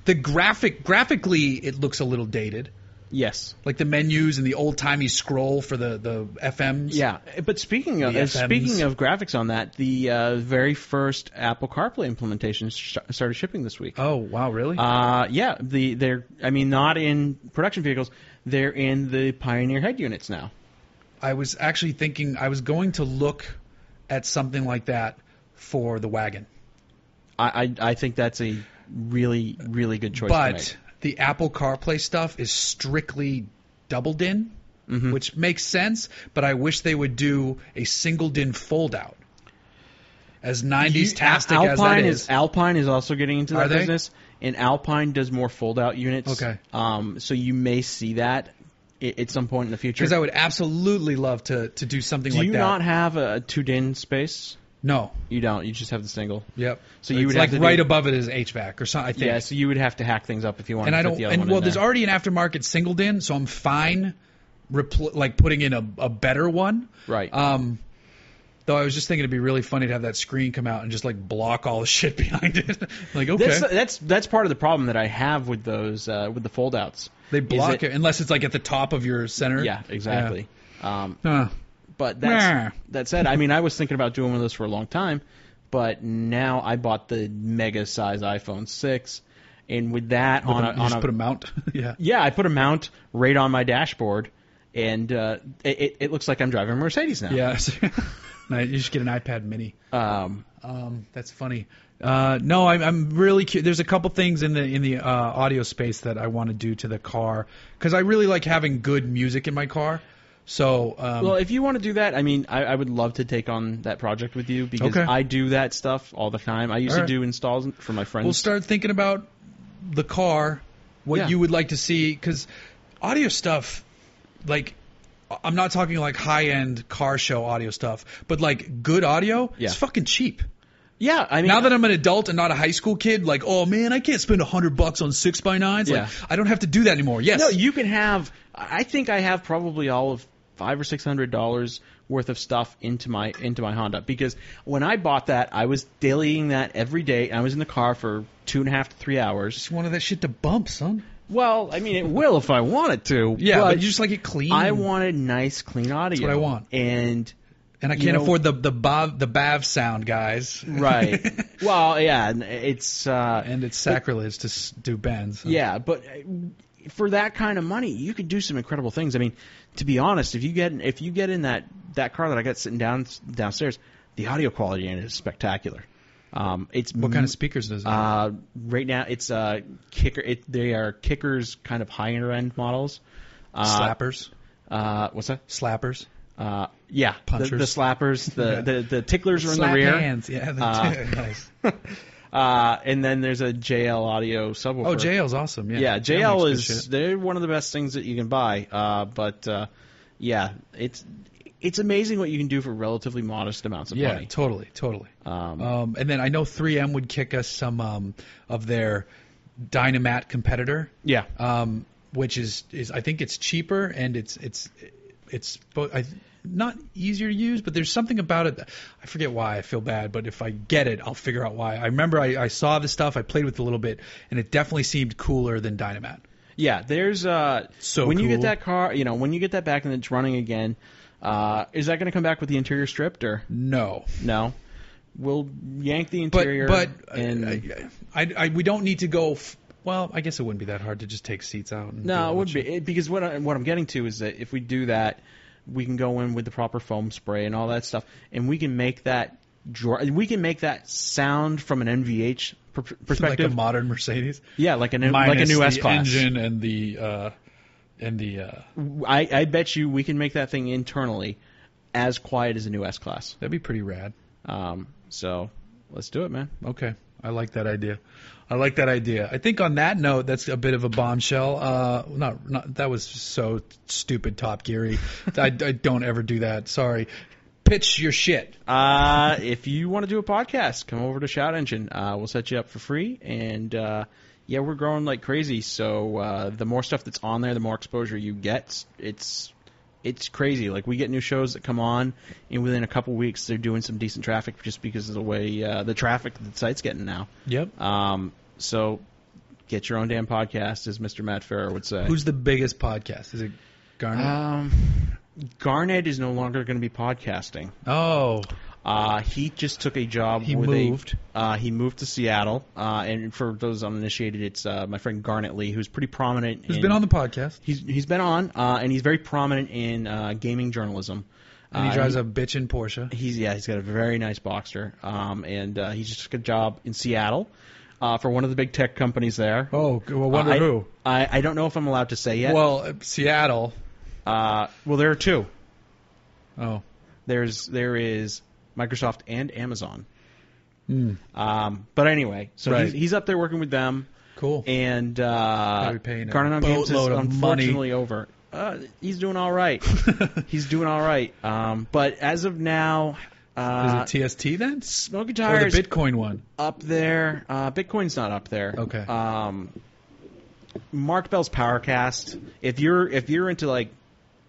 Speaker 1: the graphic graphically, it looks a little dated.
Speaker 2: yes.
Speaker 1: Like the menus and the old-timey scroll for the the FMs.
Speaker 2: Yeah, but speaking of
Speaker 1: The
Speaker 2: uh,
Speaker 1: FMs.
Speaker 2: speaking of graphics on that, the uh, very first Apple CarPlay implementation sh- started shipping this week.
Speaker 1: Oh wow, really?
Speaker 2: Uh, yeah, the they're I mean not in production vehicles, they're in the Pioneer head units now.
Speaker 1: I was actually thinking I was going to look at something like that for the wagon.
Speaker 2: I I, I think that's a really really good choice. to make.
Speaker 1: but the Apple CarPlay stuff is strictly double DIN,
Speaker 2: Mm-hmm.
Speaker 1: which makes sense. But I wish they would do a single DIN fold out. As '90s tastic
Speaker 2: Alpine
Speaker 1: as that is,
Speaker 2: Alpine is also getting into
Speaker 1: Are
Speaker 2: that
Speaker 1: they?
Speaker 2: business, and Alpine does more fold out units.
Speaker 1: Okay.
Speaker 2: Um, so you may see that i- at some point in the future.
Speaker 1: because I would absolutely love to to do something
Speaker 2: Do
Speaker 1: like
Speaker 2: you
Speaker 1: that.
Speaker 2: not have a two din space?
Speaker 1: no,
Speaker 2: You don't. You just have the single.
Speaker 1: yep.
Speaker 2: So you
Speaker 1: It's
Speaker 2: would have
Speaker 1: like
Speaker 2: to do-
Speaker 1: right above it is HVAC or something. I think.
Speaker 2: Yeah, so you would have to hack things up if you wanted
Speaker 1: and
Speaker 2: to
Speaker 1: I
Speaker 2: put
Speaker 1: don't.
Speaker 2: the other
Speaker 1: And
Speaker 2: one
Speaker 1: well,
Speaker 2: in
Speaker 1: there's
Speaker 2: there.
Speaker 1: already an aftermarket single DIN, so I'm fine, repl- like putting in a, a better one.
Speaker 2: right.
Speaker 1: Um, though I was just thinking it'd be really funny to have that screen come out and just like block all the <laughs> shit behind it. like okay,
Speaker 2: that's that's that's part of the problem that I have with those uh, with the fold outs.
Speaker 1: they
Speaker 2: is
Speaker 1: block
Speaker 2: that-
Speaker 1: it, unless it's like at the top of your center.
Speaker 2: Yeah, exactly. Um,
Speaker 1: Yeah. Huh.
Speaker 2: but that's,
Speaker 1: Meh.
Speaker 2: that said, I mean, I was thinking about doing one of those for a long time, but now I bought the mega size iPhone 6, and with that
Speaker 1: With
Speaker 2: on
Speaker 1: a-
Speaker 2: a,
Speaker 1: you
Speaker 2: on
Speaker 1: just
Speaker 2: a-
Speaker 1: put a mount. <laughs> yeah.
Speaker 2: yeah, I put a mount right on my dashboard, and uh, it, it- it looks like I'm driving a Mercedes now.
Speaker 1: Yeah. <laughs> No, you just get an iPad Mini.
Speaker 2: Um,
Speaker 1: Um, that's funny. Uh, no, I'm, I'm really cu- There's a couple things in the in the uh, audio space that I want to do to the car because I really like having good music in my car. So um,
Speaker 2: well, if you want to do that, I mean, I, I would love to take on that project with you because
Speaker 1: Okay.
Speaker 2: I do that stuff all the time. I used
Speaker 1: All
Speaker 2: to
Speaker 1: right.
Speaker 2: do installs for my friends.
Speaker 1: we'll start thinking about the car, what
Speaker 2: Yeah.
Speaker 1: you would like to see, because audio stuff, like, I'm not talking like high end car show audio stuff, but like good audio,
Speaker 2: Yeah.
Speaker 1: it's fucking cheap.
Speaker 2: yeah, I mean,
Speaker 1: Now that I'm an adult and not a high school kid, like, oh man, I can't spend a hundred bucks on six by nines.
Speaker 2: Yeah.
Speaker 1: Like, I don't have to do that anymore. Yes.
Speaker 2: No, you can have. I think I have probably all of five or six hundred dollars worth of stuff into my into my Honda because when I bought that, I was dailying that every day. I was in the car for two and a half to three hours.
Speaker 1: just wanted that shit to bump, son.
Speaker 2: Well, I mean, it will if I want it to.
Speaker 1: <laughs> Yeah,
Speaker 2: but
Speaker 1: but, you just like it clean.
Speaker 2: I wanted nice, clean audio.
Speaker 1: what I want. <laughs>
Speaker 2: And
Speaker 1: and I
Speaker 2: you
Speaker 1: can't
Speaker 2: know-
Speaker 1: afford the the Bob the Bav sound, guys.
Speaker 2: right, well, yeah, and it's uh,
Speaker 1: <laughs> and it's sacrilege to s- do bands.
Speaker 2: Yeah, but uh, for that kind of money, you could do some incredible things. I mean, to be honest, if you get if you get in that that car that I got sitting down downstairs, the audio quality in it is spectacular. Um, it's
Speaker 1: What kind of speakers does it? have?
Speaker 2: uh, right now it's uh kicker. It, they are kickers kind of higher end models. Uh,
Speaker 1: slappers,
Speaker 2: uh, what's that?
Speaker 1: slappers,
Speaker 2: Uh, yeah, the,
Speaker 1: Punchers.
Speaker 2: the slappers, the, the the ticklers are in
Speaker 1: Slap
Speaker 2: the rear.
Speaker 1: hands. Yeah, they
Speaker 2: Uh,
Speaker 1: do. <laughs> nice.
Speaker 2: Uh, and then there's a JL audio subwoofer.
Speaker 1: Oh, JL's awesome. Yeah,
Speaker 2: yeah, JL
Speaker 1: makes good
Speaker 2: is
Speaker 1: shit.
Speaker 2: they're one of the best things that you can buy. Uh, but uh, yeah, it's it's amazing what you can do for relatively modest amounts of
Speaker 1: Yeah,
Speaker 2: money.
Speaker 1: totally, totally.
Speaker 2: Um,
Speaker 1: Um, and then I know 3M would kick us some um, of their Dynamat competitor,
Speaker 2: yeah,
Speaker 1: um, which is is I think it's cheaper and it's it's it's bo- I, not easier to use, but there's something about it. That, I forget why. I feel bad, but if I get it, I'll figure out why. I remember I, I saw this stuff, I played with it a little bit, and it definitely seemed cooler than Dynamat.
Speaker 2: yeah. There's uh,
Speaker 1: So
Speaker 2: when you get
Speaker 1: cool.
Speaker 2: that car, you know, when you get that back and it's running again, uh, is that going to come back with the interior stripped or
Speaker 1: No,
Speaker 2: no? We'll yank the
Speaker 1: but
Speaker 2: interior,
Speaker 1: but uh,
Speaker 2: and
Speaker 1: I, I, I we don't need to go. F- well, I guess it wouldn't be that hard to just take seats out. And do all
Speaker 2: No, it
Speaker 1: that
Speaker 2: would be
Speaker 1: shit.
Speaker 2: it, because what I, what I'm getting to is that if we do that, we can go in with the proper foam spray and all that stuff, and we can make that dri- we can make that sound from an NVH per-
Speaker 1: like a
Speaker 2: perspective.
Speaker 1: modern Mercedes,
Speaker 2: yeah, like a new, like a
Speaker 1: minus
Speaker 2: new
Speaker 1: the
Speaker 2: S class.
Speaker 1: engine and the uh, and the uh,
Speaker 2: I I bet you we can make that thing internally as quiet as a new S class.
Speaker 1: that'd be pretty rad.
Speaker 2: Um, so let's do it, man.
Speaker 1: Okay, I like that idea. I like that idea. I think on that note, that's a bit of a bombshell. Uh, not, not that was so stupid, Top Geary. <laughs> I, I don't ever do that. Sorry. Pitch your shit.
Speaker 2: Uh, if you want to do a podcast, come over to Shout Engine. Uh, we'll set you up for free. And uh, yeah, we're growing like crazy. So uh, the more stuff that's on there, the more exposure you get. It's it's crazy. Like we get new shows that come on, and within a couple weeks, they're doing some decent traffic just because of the way uh, the traffic that the site's getting now.
Speaker 1: Yep.
Speaker 2: Um, so get your own damn podcast, as Mr. Matt Farrer would say.
Speaker 1: Who's the biggest podcast? Is it Garnet?
Speaker 2: um, Garnet is no longer going to be podcasting.
Speaker 1: oh,
Speaker 2: Uh, he just took a job.
Speaker 1: He
Speaker 2: with
Speaker 1: moved.
Speaker 2: A, uh, he moved to Seattle. Uh, and for those uninitiated, it's uh, my friend Garnet Lee, who's pretty prominent.
Speaker 1: who's
Speaker 2: in-
Speaker 1: been on the podcast?
Speaker 2: He's he's been on, uh, and he's very prominent in uh, gaming journalism.
Speaker 1: And he
Speaker 2: Uh,
Speaker 1: drives a bitchin' Porsche.
Speaker 2: He's yeah, he's got a very nice Boxster, um, and uh, he just took a job in Seattle uh, for one of the big tech companies there.
Speaker 1: Oh, g- well, wonder
Speaker 2: Uh, I,
Speaker 1: who.
Speaker 2: I, I don't know if I'm allowed to say yet.
Speaker 1: Well, uh, Seattle.
Speaker 2: uh, well, there are two.
Speaker 1: Oh,
Speaker 2: There's there is Microsoft and Amazon.
Speaker 1: Mm.
Speaker 2: Um, but anyway, so
Speaker 1: Right.
Speaker 2: he's, he's up there working with them,
Speaker 1: cool. <laughs>
Speaker 2: and
Speaker 1: Gotta
Speaker 2: uh,
Speaker 1: be paying a
Speaker 2: Garnet on Games is
Speaker 1: boatload of money.
Speaker 2: unfortunately over. Uh, he's doing all right. he's doing all right. Um, but as of now, uh,
Speaker 1: is it TST then?
Speaker 2: Smoky
Speaker 1: Or
Speaker 2: Tires
Speaker 1: the Bitcoin one?
Speaker 2: up there. Uh, Bitcoin's not up there.
Speaker 1: Okay.
Speaker 2: Um, Mark Bell's Powercast. If you're if you're into like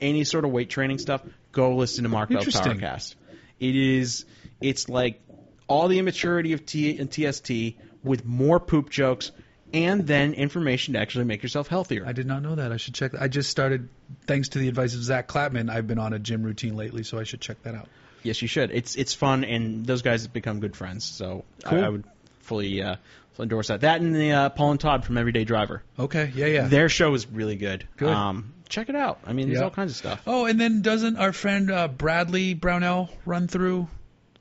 Speaker 2: any sort of weight training stuff, go listen to Mark Bell's
Speaker 1: Interesting.
Speaker 2: Powercast. It is it's like all the immaturity of T and TST with more poop jokes and then information to actually make yourself healthier.
Speaker 1: I did not know that. I should check. I just started, thanks to the advice of Zach Clapman, I've been on a gym routine lately, so I should check that out.
Speaker 2: Yes, you should. It's it's fun and those guys have become good friends. So I-
Speaker 1: Cool.
Speaker 2: I, would fully uh, So endorse that. That and the uh, Paul and Todd from Everyday Driver.
Speaker 1: Okay. Yeah. Yeah.
Speaker 2: Their show is really good.
Speaker 1: Good.
Speaker 2: Um, check it out. I mean, there's
Speaker 1: Yeah.
Speaker 2: all kinds of stuff.
Speaker 1: Oh, and then doesn't our friend uh, Bradley Brownell run through?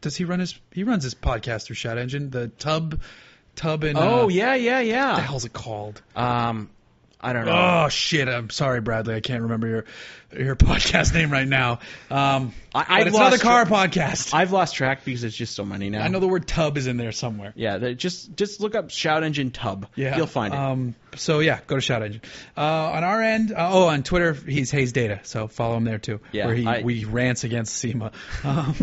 Speaker 1: Does he run his? He runs his podcast through Shot Engine. The tub, tub and uh,
Speaker 2: Oh yeah, yeah,
Speaker 1: What the
Speaker 2: yeah.
Speaker 1: hell's it called?
Speaker 2: Um, I don't know.
Speaker 1: Oh shit! I'm sorry, Bradley. I can't remember your your <laughs> podcast name right now. Um,
Speaker 2: I- I
Speaker 1: but it's not a
Speaker 2: lost
Speaker 1: car
Speaker 2: tra-
Speaker 1: podcast. I,
Speaker 2: I've lost track because there's just so many now.
Speaker 1: know the word tub is in there somewhere.
Speaker 2: Yeah, they're- just just look up Shout Engine Tub.
Speaker 1: Yeah,
Speaker 2: you'll find it.
Speaker 1: Um, so yeah, go to Shot Engine. Uh, on our end, uh, oh, on Twitter, he's Hayes Data, so follow him there too.
Speaker 2: Yeah,
Speaker 1: where he
Speaker 2: I-
Speaker 1: we rants against SEMA, <laughs> um,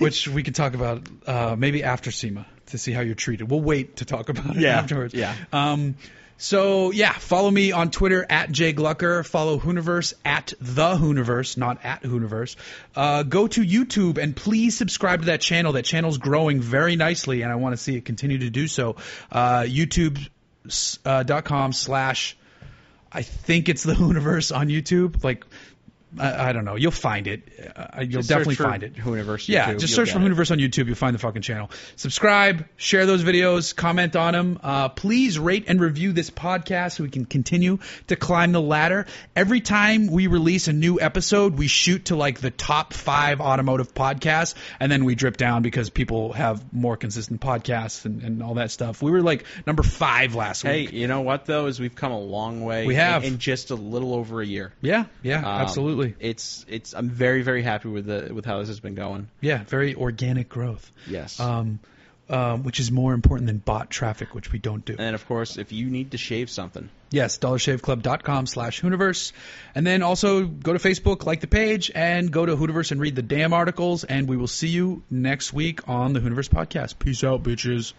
Speaker 1: which we can talk about uh, maybe after SEMA to see how you're treated. We'll wait to talk about it
Speaker 2: Yeah,
Speaker 1: afterwards.
Speaker 2: yeah.
Speaker 1: Um, so yeah, follow me on Twitter at Jay Glucker. Follow Hooniverse at the Hooniverse, not at Hooniverse. Uh, go to YouTube and please subscribe to that channel. That channel's growing very nicely, and I want to see it continue to do so. Uh, YouTube.com uh, dot com slash I think it's the Hooniverse on YouTube. Like I, I don't know, you'll find it. Uh, you'll
Speaker 2: Just
Speaker 1: definitely
Speaker 2: search for
Speaker 1: find it.
Speaker 2: Hooniverse
Speaker 1: Yeah,
Speaker 2: YouTube,
Speaker 1: just
Speaker 2: you'll
Speaker 1: search for
Speaker 2: get it.
Speaker 1: Hooniverse on YouTube. You'll find the fucking channel. Subscribe, share those videos, comment on them. Uh, please rate and review this podcast so we can continue to climb the ladder. Every time we release a new episode, we shoot to like the top five automotive podcasts, and then we drip down because people have more consistent podcasts and, and all that stuff. We were like number five last
Speaker 2: hey,
Speaker 1: week.
Speaker 2: you know what though? Is we've come a long way.
Speaker 1: We have.
Speaker 2: in, in just a little over a year.
Speaker 1: Yeah, yeah,
Speaker 2: Um,
Speaker 1: absolutely.
Speaker 2: It's it's. I'm very very happy with the with how this has been going.
Speaker 1: Yeah, very organic growth.
Speaker 2: Yes.
Speaker 1: Um, um, which is more important than bot traffic, which we don't do.
Speaker 2: and of course, if you need to shave something,
Speaker 1: Yes, dollarshaveclub.com slash Hooniverse. And then also go to Facebook, like the page, and go to Hooniverse and read the damn articles. And we will see you next week on the Hooniverse podcast. Peace out, bitches.